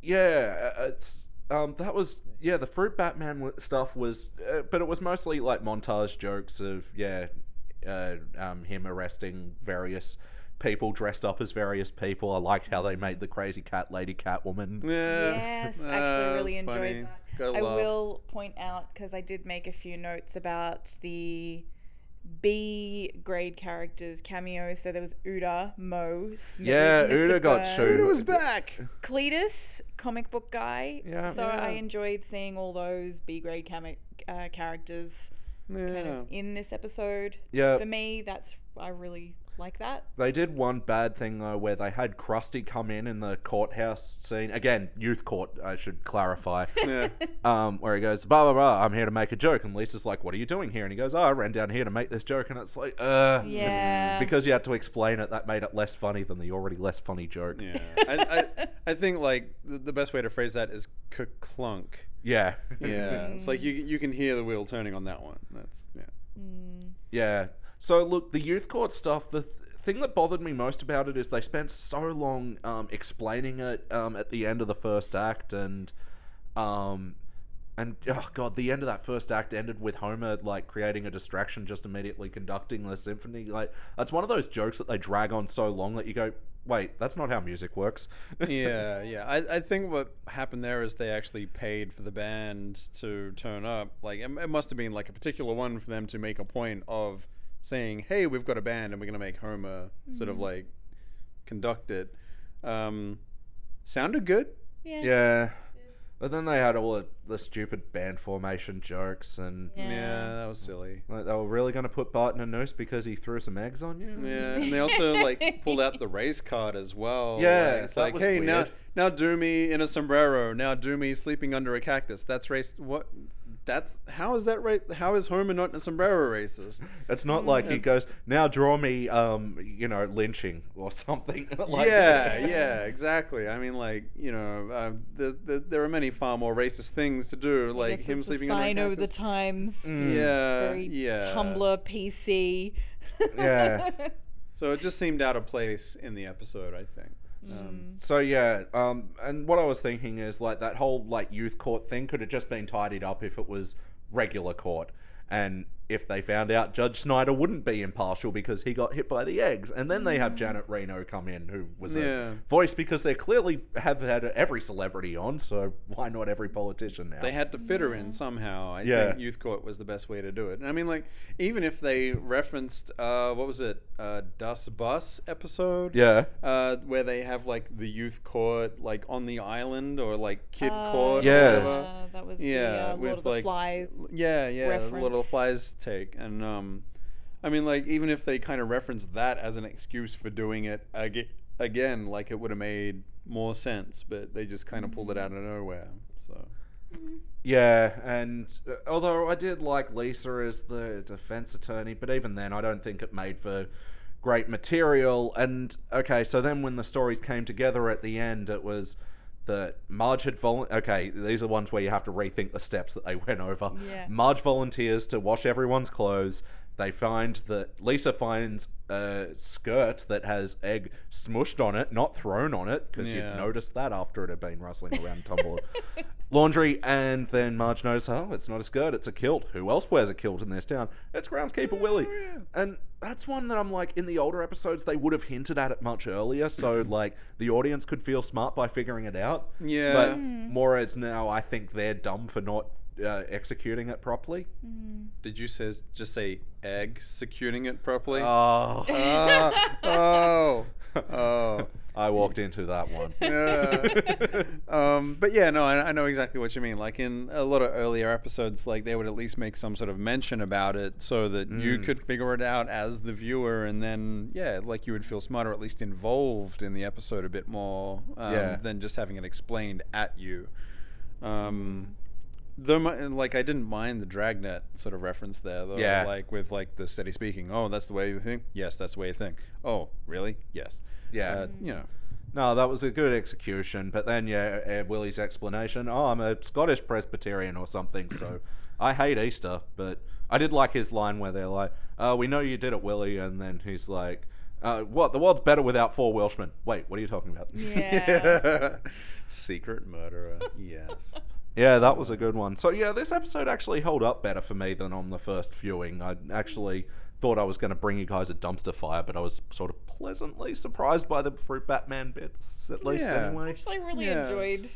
yeah, uh, it's um, that was yeah the fruit Batman w- stuff was, uh, but it was mostly like montage jokes of yeah uh, um, him arresting various people dressed up as various people. I liked how they made the crazy cat lady Catwoman. Yeah. Yes, Ah, actually, really that's enjoyed funny. that. Gotta I laugh. will point out because I did make a few notes about the B grade characters cameos. So there was Uda, Mo, Smith, Yeah, Mr. Uda got Burns, chewed. Dude, it was back. Cletus, comic book guy. Yeah. so I Yeah. enjoyed seeing all those B grade cami- uh, characters kind Yeah. of in this episode. Yeah. For me, that's I really like that. They did one bad thing though, where they had Krusty come in in the courthouse scene again, youth court. I should clarify. Yeah. Um, where he goes, blah blah blah. I'm here to make a joke, and Lisa's like, "What are you doing here?" And he goes, "Oh, I ran down here to make this joke," and it's like, uh, Mm. Yeah. because you had to explain it, that made it less funny than the already less funny joke. Yeah. I, I, I think like the, the best way to phrase that is clunk. Yeah, Yeah. it's like you you can hear the wheel turning on that one. That's yeah. Mm. Yeah. So look, the youth court stuff. The th- thing that bothered me most about it is they spent so long um, explaining it um, at the end of the first act, and um, and oh god, the end of that first act ended with Homer like creating a distraction, just immediately conducting the symphony. Like that's one of those jokes that they drag on so long that you go, wait, that's not how music works. yeah, yeah. I, I think what happened there is they actually paid for the band to turn up. Like, it, it must have been like a particular one for them to make a point of saying, "Hey, we've got a band, and we're gonna make Homer sort of like conduct it." Um, sounded good. Yeah. yeah. But then they had all the, the stupid band formation jokes, and Yeah. Yeah, that was silly. like they were really going to put Bart in a noose because he threw some eggs on you. Yeah, and they also like pulled out the race card as well. Yeah, like, it's that like, was hey, now weird. now do me in a sombrero. Now do me sleeping under a cactus. That's race. What? That's how is that right? How is Homer not in a sombrero racist? It's not like he Mm, It's- goes now. Draw me, um, you know, lynching or something. like yeah, yeah, exactly. I mean, like you know, uh, the, the, there are many far more racist things to do, I like guess him it's a sleeping sign under a over the cactus. times. yeah, very Uh, yeah. Tumblr PC. Yeah. So it just seemed out of place in the episode. I think. Mm. Um, So yeah, um, and what I was thinking is like that whole like youth court thing could have just been tidied up if it was regular court, and if they found out Judge Snyder wouldn't be impartial because he got hit by the eggs, and then they have Janet Reno come in who was Mm. Yeah. a voice because they clearly have had every celebrity on, so why not every politician now? They had to fit her in somehow. I Yeah. think youth court was the best way to do it. And I mean, like, even if they referenced, uh, what was it, uh, Das Bus episode? yeah. Uh, where they have, like, the youth court, like, on the island or, like, kid court Yeah. or whatever. Uh, Oh, that was Yeah, the uh, Lord with, of the like, Flies. Yeah, yeah, the Lord of the Reference. Flies take. And, um, I mean, like, even if they kind of referenced that as an excuse for doing it aga again, like, it would have made more sense, but they just kind of pulled it Mm-hmm. out of nowhere. So. Yeah, and uh, although I did like Lisa as the defense attorney, but even then, I don't think it made for great material. And okay, so then when the stories came together at the end, it was that Marge had vol. Okay, these are ones where you have to rethink the steps that they went over. Yeah. Marge volunteers to wash everyone's clothes. They find that Lisa finds a skirt that has egg smushed on it, not thrown on it, because Yeah. you'd noticed that after it had been rustling around Tumblr laundry, and then Marge notices, oh, it's not a skirt, it's a kilt. Who else wears a kilt in this town? It's Oh, groundskeeper Willie. And that's one that I'm like, in the older episodes, they would have hinted at it much earlier, so like the audience could feel smart by figuring it out. Yeah. But more as now, I think they're dumb for not uh, executing it properly. Did you say just say executing it properly? Oh, Ah, oh, oh. I walked into that one. Yeah. um, but yeah, no, I, I know exactly what you mean. Like in a lot of earlier episodes, like they would at least make some sort of mention about it so that you Mm. could figure it out as the viewer, and then yeah, like you would feel smarter, at least involved in the episode a bit more um, Yeah. than just having it explained at you. Mm. Um, though, my, and, like I didn't mind the dragnet sort of reference there, though. Yeah. Like with like the steady speaking. Oh, that's the way you think. Yes, that's the way you think. Oh, really? Yes. Yeah. Uh, you know. No, that was a good execution. But then, yeah, uh, Willie's explanation oh, I'm a Scottish Presbyterian or something, so I hate Easter. But I did like his line where they're like, uh, We know you did it, Willie. And then he's like, uh, What? The world's better without four Welshmen. Wait, what are you talking about? Yeah. Secret murderer. Yes. Yeah, that was a good one. So yeah, this episode actually held up better for me than on the first viewing. I actually thought I was going to bring you guys a dumpster fire, but I was sort of pleasantly surprised by the fruit Batman bits, at least Yeah. anyway. Actually, I really Yeah. enjoyed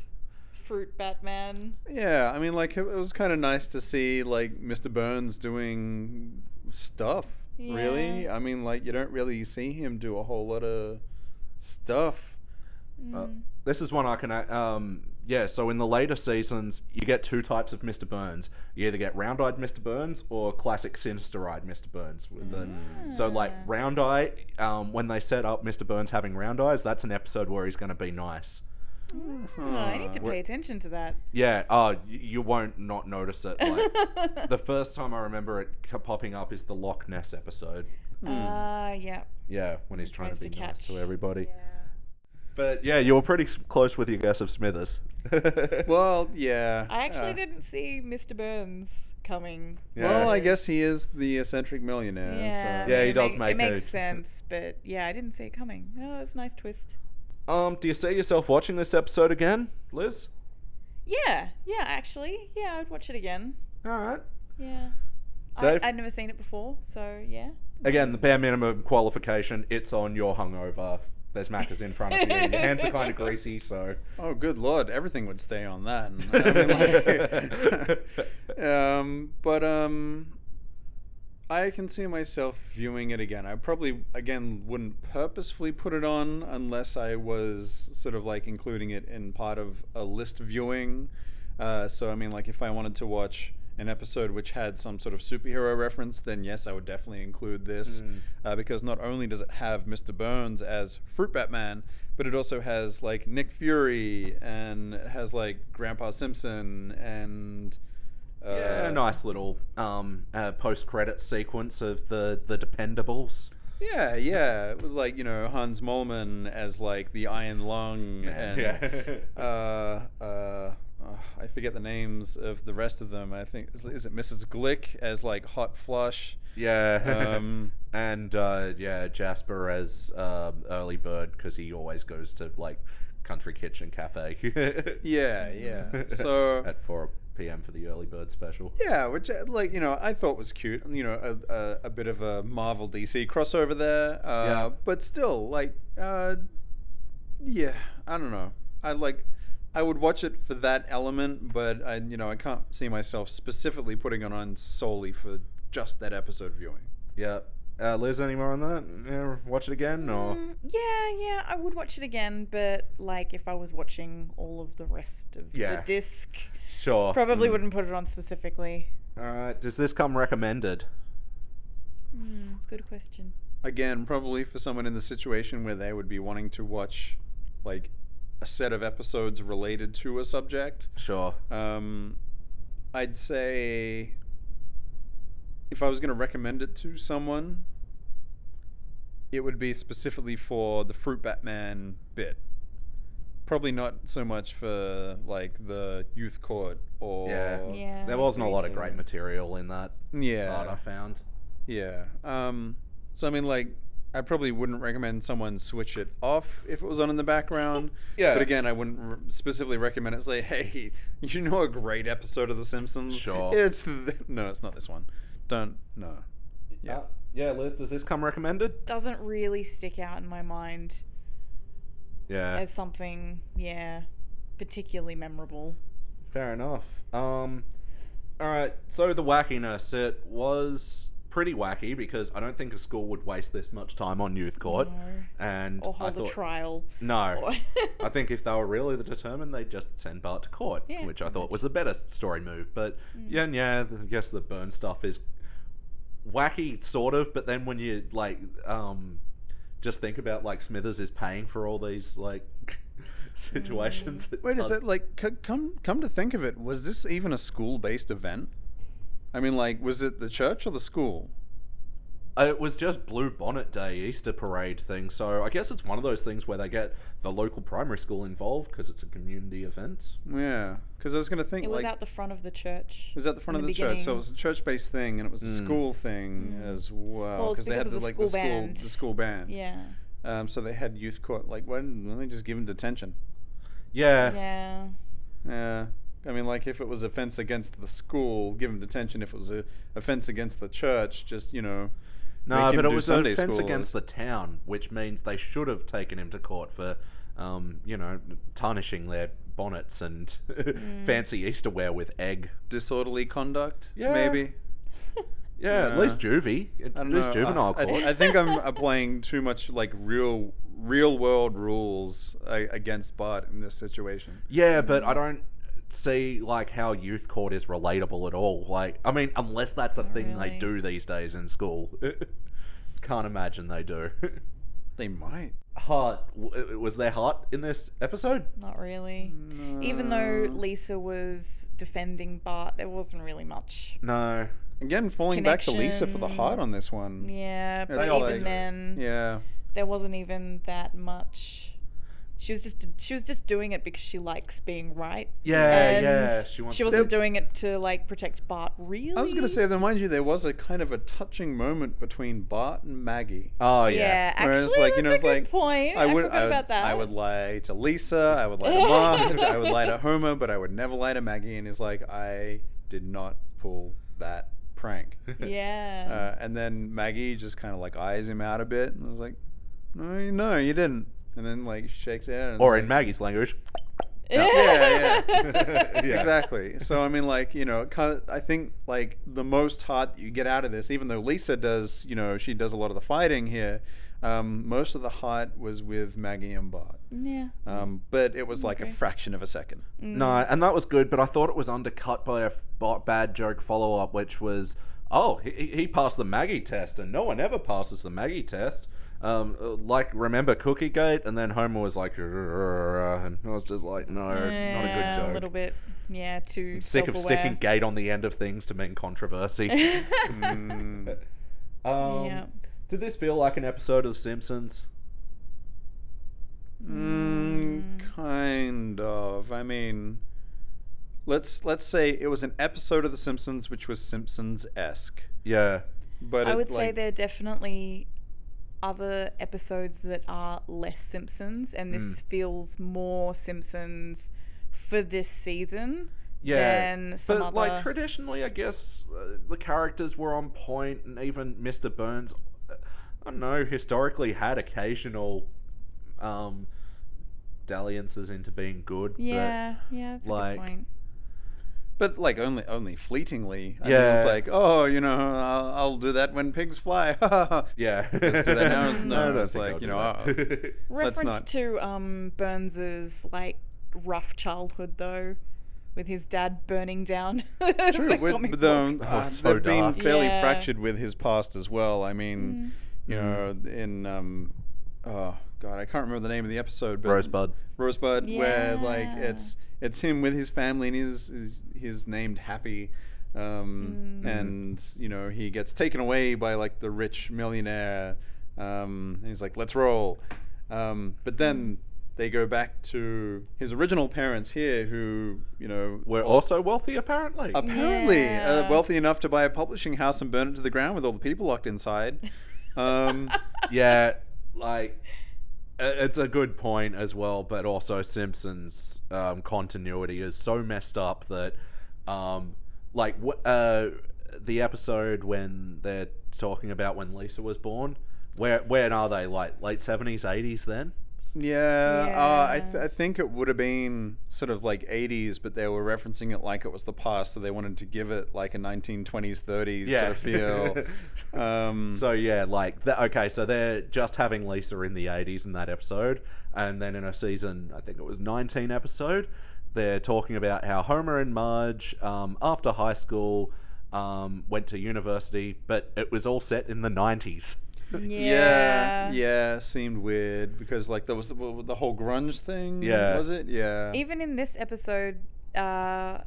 Fruit Batman. Yeah, I mean, like it, it was kind of nice to see like Mr. Burns doing stuff. Really, Yeah. I mean, like you don't really see him do a whole lot of stuff. Uh, Mm. this is one I can. a- Um, yeah, so in the later seasons, you get two types of Mr. Burns. You either get round eyed Mr. Burns or classic sinister eyed Mr. Burns. With the, So, like, Mm. round eye, um, when they set up Mr. Burns having round eyes, that's an episode where he's going to be nice. Oh, I need to We're- pay attention to that. Yeah, oh, y- you won't not notice it. Like, the first time I remember it co- popping up is the Loch Ness episode. Ah, yeah. Yeah, when he's trying to Tries be to nice catch- to everybody. But yeah, you were pretty s- close with your guess of Smithers. Well, yeah. I actually uh, didn't see Mr. Burns coming. Well, I Yeah. guess he is the eccentric millionaire. Yeah, So. Yeah, I mean, he it does It make a- makes sense, but yeah, I didn't see it coming. Oh, it's a nice twist. Um, do you see yourself watching this episode again, Liz? Yeah, yeah, actually, yeah, I'd watch it again. All right. Yeah, Dave? I, I'd never seen it before, so yeah. Again, the bare minimum qualification. It's on your hungover. There's macas in front of you. Your hands are kind of greasy, so. Oh, good lord! Everything would stay on that. I mean, like- um, but um, I can see myself viewing it again. I probably again wouldn't purposefully put it on unless I was sort of like including it in part of a list viewing. Uh, so I mean, like if I wanted to watch an episode which had some sort of superhero reference, then yes, I would definitely include this Hmm. uh, because not only does it have Mr. Burns as Fruit Batman, but it also has like Nick Fury and it has like Grandpa Simpson and uh, yeah, a nice little um, uh, post-credit sequence of the the Dependables. Yeah, yeah. With like, you know, Hans Moleman as like the Iron Lung and uh, uh, uh, I forget the names of the rest of them. I think is, is it Mrs. Glick as like Hot Flush? yeah. Um, and uh, yeah, Jasper as um, early bird because he always goes to like country kitchen cafe. Yeah, yeah. So at four p.m. for the early bird special. yeah, which uh, like you know I thought was cute. You know, a, a, a bit of a Marvel DC crossover there. Uh, Yeah. But still, like, uh, yeah, I don't know. I like. I would watch it for that element, but I, you know, I can't see myself specifically putting it on solely for just that episode viewing. Yeah. Uh, Liz, any more on that? Yeah, watch it again or? Mm, yeah, yeah, I would watch it again, but like if I was watching all of the rest of Yeah. the disc, Sure. probably Mm. wouldn't put it on specifically. All right. Does this come recommended? Mm, good question. Again, probably for someone in the situation where they would be wanting to watch, like, a set of episodes related to a subject. Sure. Um, I'd say if I was going to recommend it to someone, it would be specifically for the Fruit Batman bit. Probably not so much for like the youth court or Yeah. Yeah. there wasn't a lot of agree. great material in that part I yeah, found. yeah. Um, so I mean, like, I probably wouldn't recommend someone switch it off if it was on in the background. Yeah. But again, I wouldn't r specifically recommend it. Say, hey, you know a great episode of The Simpsons? Sure. It's th- no, it's not this one. Don't no. Yeah. Uh, yeah, Liz, does this come recommended? Doesn't really stick out in my mind Yeah. as something, yeah, particularly memorable. Fair enough. Um, all right. So the wackiness it was pretty wacky because I don't think a school would waste this much time on youth court. No. And Or I hold thought a trial. no. Or- I think if they were really determined, they'd just send Bart to court, Yeah, which I thought was the better story move. But yeah, and yeah, th- I guess the burn stuff is wacky, sort of. But then when you like, um, just think about like Smithers is paying for all these like situations. it Wait, is does- it like c- come come to think of it? Was this even a school based event? I mean, like, was it the church or the school? Uh, It was just Blue Bonnet Day Easter parade thing, so I guess it's one of those things where they get the local primary school involved because it's a community event. Yeah, because I was gonna think it was like out the front of the church. it was at the front in of the the, church, so beginning. Mm. it was a church based thing, and it was a school thing as well Well, it's because they because had of the, the like school the school band. the school band. yeah. Um, so they had youth court. Like, why didn't why didn't they just give him detention? Yeah, Yeah. Yeah. I mean, like if it was offense against the school, give him detention. If it was a offense against the church, just you know, No, make him but it do was Sunday an offense school. against the town, which means they should have taken him to court for, um, you know, tarnishing their bonnets and fancy Easter wear with egg. disorderly conduct. Yeah. maybe. Yeah, at Yeah. least juvie, at I don't least know. juvenile I, I- court. I, think I'm applying too much like real real world rules uh, against Bart in this situation. yeah, but I don't see like how youth court is relatable at all. Like, I mean, unless that's a thing they really. do these days in school. Can't imagine they do. They might. heart w- uh, was there heart in this episode? Not really. Even though Lisa was defending Bart, there wasn't really much. No. Again, falling back to Lisa for the Connection. heart on this one. Yeah, but It's even like- then, Yeah. there wasn't even that much. She was just she was just doing it because she likes being right. Yeah, and yeah. She wants. She to- wasn't doing it to like protect Bart. Really? I was gonna say though, mind you, there was a kind of a touching moment between Bart and Maggie. Oh Yeah, yeah. Whereas, actually, like you know, that's it's a good like point. I, would, forgot would, about that. I would lie to Lisa. I would lie to Marge. I would lie to Homer, but I would never lie to Maggie. And he's like, I did not pull that prank. Yeah. Uh, and then Maggie just kind of like eyes him out a bit, and I was like, No, you- no, you didn't. And then like shakes it. And Or in Maggie's language. yeah, Yeah. Exactly. So I mean, like you know, it kind of- I think like the most heart that you get out of this, even though Lisa does, you know, she does a lot of the fighting here. Um, most of the heart was with Maggie and Bart, yeah. um, but it was like a Okay. fraction of a second. Mm. No, and that was good, but I thought it was undercut by a f- b- bad joke follow up, which was, oh, he- he, he passed the Maggie test, and no one ever passes the Maggie test. Um, uh, like remember Cookie Gate, and then Homer was like, "Rrrr," and I was just like, no, not a Yeah, good joke. A little bit. Yeah, too. Sick of self-aware. sticking gate on the end of things to mean controversy. Mm, um, Yeah. Did this feel like an episode of The Simpsons? mm, kind of. I mean, let's let's say it was an episode of The Simpsons, which was Simpsons esque. Yeah. But I it, would say like- there are definitely other episodes that are less Simpsons, and this Mm. feels more Simpsons for this season. Yeah, than some but like other- traditionally, I guess uh, the characters were on point, and even Mr. Burns, uh, I don't know, historically had occasional um, dalliances into being good. Yeah, yeah, that's like- a good point. But like only only fleetingly. I mean, Yeah. it's like, oh, you know, I'll, I'll do that when pigs fly. but, yeah. Let's do that now. It's- I no, don't it's think like, I'll you do know, uh, that. Let's Reference not- to um, Burns's like rough childhood though, with his dad burning down. True, the with, comic but book. though, book. uh, Oh, so they've dark. been fairly Yeah. Mm. fractured with his past as well. I mean, you know, in um, oh god, I can't remember the name of the episode, but Rosebud. Rosebud, where like Yeah. it's it's him with his family and he's he's, he's named Happy, um, Mm. and you know he gets taken away by like the rich millionaire, um, and he's like, let's roll, um, but then. They go back to his original parents here, who you know We're also wealthy, apparently. apparently uh, Yeah. wealthy enough to buy a publishing house and burn it to the ground with all the people locked inside. Um, yeah, like i- it's a good point as well, but also Simpsons um, continuity is so messed up that, um, like, w- uh, the episode when they're talking about when Lisa was born, where when are they? Like late seventies, eighties? Then yeah, Uh, I, th- Yeah. I think it would have been sort of like 80s, but they were referencing it like it was the past, so they wanted to give it like a 1920s, 30s sort of feel. Um, Mm-hmm. So yeah, like that. Okay, so they're just having Lisa in the '80s in that episode, and then in a season, I think it was 19 episode, they're talking about how Homer and Marge, um, after high school, um, went to university, but it was all set in the '90s. yeah, yeah, yeah, seemed weird because like there was the, w- the whole grunge thing. Yeah. was it? Yeah, Even in this episode, uh,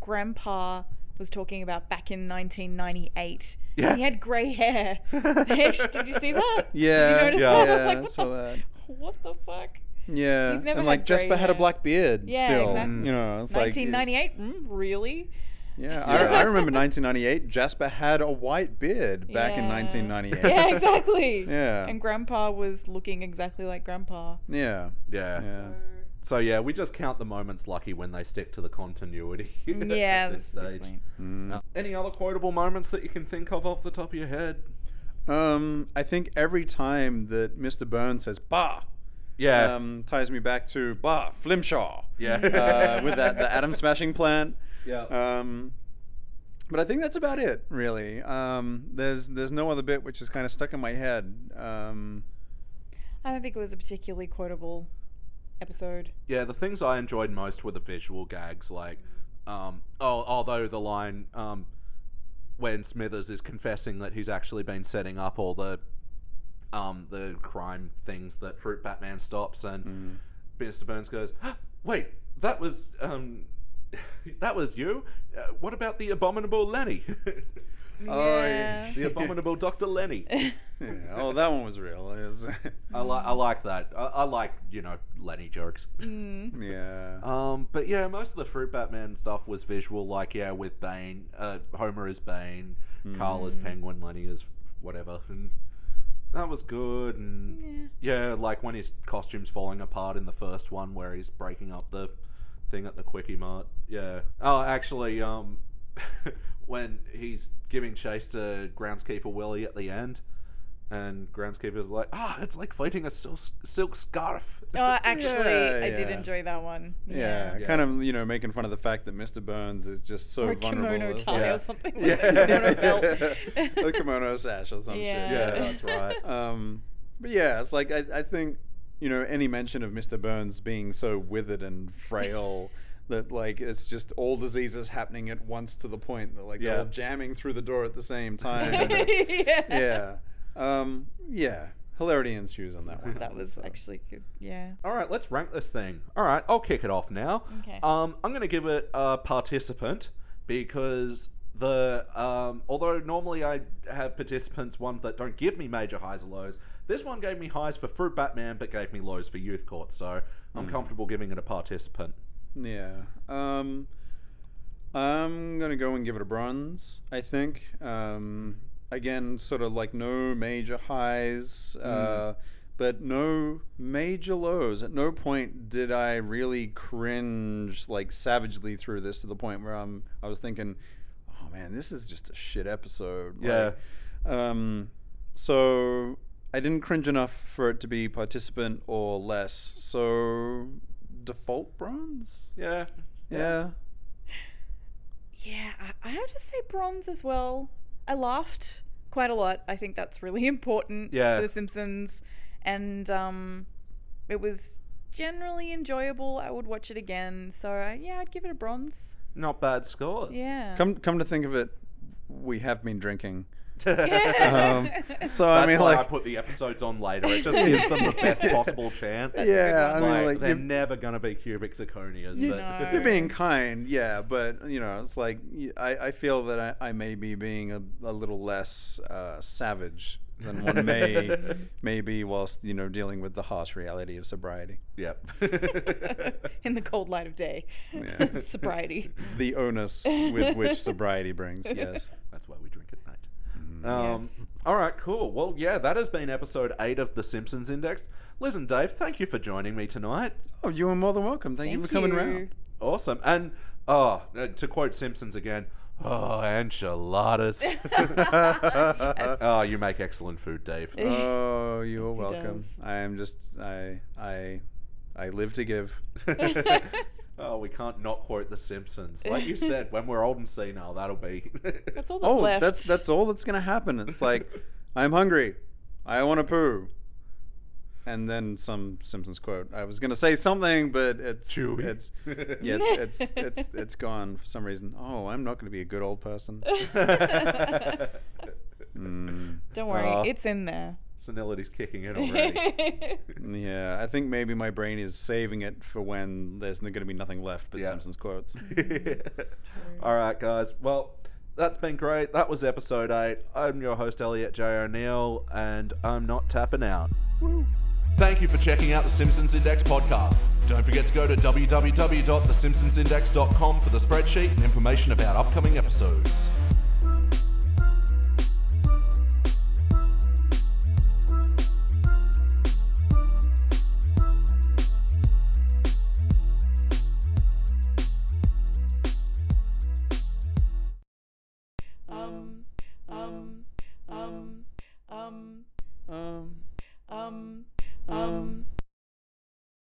Grandpa was talking about back in 1998. Yeah. He had grey hair. Did you see that? yeah, Did you yeah, notice that? I was yeah, like, what, saw the, that. what the fuck? Yeah, He's never and had like Jesper grey had a hair. black beard Yeah, still. exactly. You know, it's like it's- 1998? mm, really? Yeah, Yeah. I, I remember 1998. Jasper had a white beard back in Yeah. 1998. Yeah, exactly. Yeah. And Grandpa was looking exactly like Grandpa. Yeah. Yeah. Yeah. So, So yeah, we just count the moments lucky when they stick to the continuity. Yeah, at this that's a good stage. point. Mm. Uh, any other quotable moments that you can think of off the top of your head? Um, I think every time that Mr. Burns says "bah," Yeah, um, ties me back to "bah Flimshaw." yeah, uh, with that the atom smashing plant. Yeah. Um, but I think that's about it, really. Um, there's there's no other bit which is kind of stuck in my head. Um, I don't think it was a particularly quotable episode. Yeah, the things I enjoyed most were the visual gags, like, um, oh, although the line um, when Smithers is confessing that he's actually been setting up all the um, the crime things that Fruit Batman stops, and Mr. Burns goes, "Huh, "Wait, that was um, that was you. Uh, what about the abominable Lenny, Oh, yeah. the abominable Doctor Lenny?" yeah, oh, that one was real. It was- I like I like that. I, I like you know Lenny jokes. Mm. yeah. Um, but yeah, most of the Fruit Batman stuff was visual, like yeah, with Bane, uh, Homer is Bane, Carl is Penguin, Lenny is whatever, and that was good. And yeah. yeah, like when his costume's falling apart in the first one, where he's breaking up the thing at the Quickie Mart. Yeah. Oh, actually, um, when he's giving chase to groundskeeper Willie at the end. And groundskeeper's like, ah, it's like fighting a silk, silk scarf. Oh, actually, Yeah, I did yeah. enjoy that one. Yeah, Yeah. kind of, you know, making fun of the fact that Mr. Burns is just so Or a vulnerable. kimono as tie Yeah. or something. Yeah. Was it a kimono belt? a kimono sash or some Yeah. shit. Yeah, that's right. Um, but yeah, it's like I, I think you know any mention of Mr. Burns being so withered and frail that like it's just all diseases happening at once to the point that like Yeah. they're all jamming through the door at the same time. yeah. yeah, um, yeah, hilarity ensues on that one. That was so. actually good. Yeah. All right, let's rank this thing. All right, I'll kick it off now. Okay. Um, I'm going to give it a participant because the um, although normally I have participants ones that don't give me major highs or lows, this one gave me highs for Fruit Batman but gave me lows for Youth Court, so I'm Hmm. comfortable giving it a participant. Yeah. Um, I'm gonna go and give it a bronze. I think. Um, again, sort of like no major highs, uh, but no major lows. At no point did I really cringe like savagely through this to the point where I'm. I was thinking, oh man, this is just a shit episode. Yeah. Like, um, so I didn't cringe enough for it to be participant or less. So default bronze. Yeah. Yeah. Yeah, I, I have to say bronze as well. I laughed quite a lot. I think that's really important Yeah. for The Simpsons. And um, it was generally enjoyable. I would watch it again. So, I, yeah, I'd give it a bronze. Not bad scores. Yeah. Come come to think of it, we have been drinking. Um, That's so I I mean, why like, I put the episodes on later. It just gives them the best possible chance. yeah, I Like, mean, like, they're you're, never gonna be cubic zirconias. you- but you're being kind, yeah, but you know, it's like y- I, I feel that I, I may be being a, a little less uh, savage than one may may be whilst you know dealing with the harsh reality of sobriety, Yep. In the cold light of day. Yeah. Sobriety. the onus with which sobriety brings. Yes. Mm-hmm. That's why we drink at night. Um, All right, cool. Well, yeah, that has been episode eight of The Simpsons Index. Liz and Dave, thank you for joining me tonight. Oh, you are more than welcome. Thank, you for coming round. Awesome. And oh, uh, to quote Simpsons again, oh, enchiladas. Yes. oh, you make excellent food, Dave. Oh, you're Yes, he welcome. does. I am just I I I live to give. oh, we can't not quote The Simpsons. Like you said, when we're old and senile, that'll be. That's all that's Oh, left. that's that's all that's gonna happen. It's like I'm hungry. I want to poo. And then some Simpsons quote. I was gonna say something, but it's Chewy. it's yeah, it's, it's it's it's gone for some reason. Oh, I'm not gonna be a good old person. Mm, Don't worry, Aw. it's in there. Senility's kicking in already. yeah, I think maybe my brain is saving it for when there's n- gonna be nothing left but Yeah. Simpsons quotes. All right, guys. Well, that's been great. That was episode eight. I'm your host, Elliot J. O'Neill, and I'm not tapping out. Thank you for checking out the Simpsons Index podcast. Don't forget to go to www.thesimpsonsindex.com for the spreadsheet and information about upcoming episodes.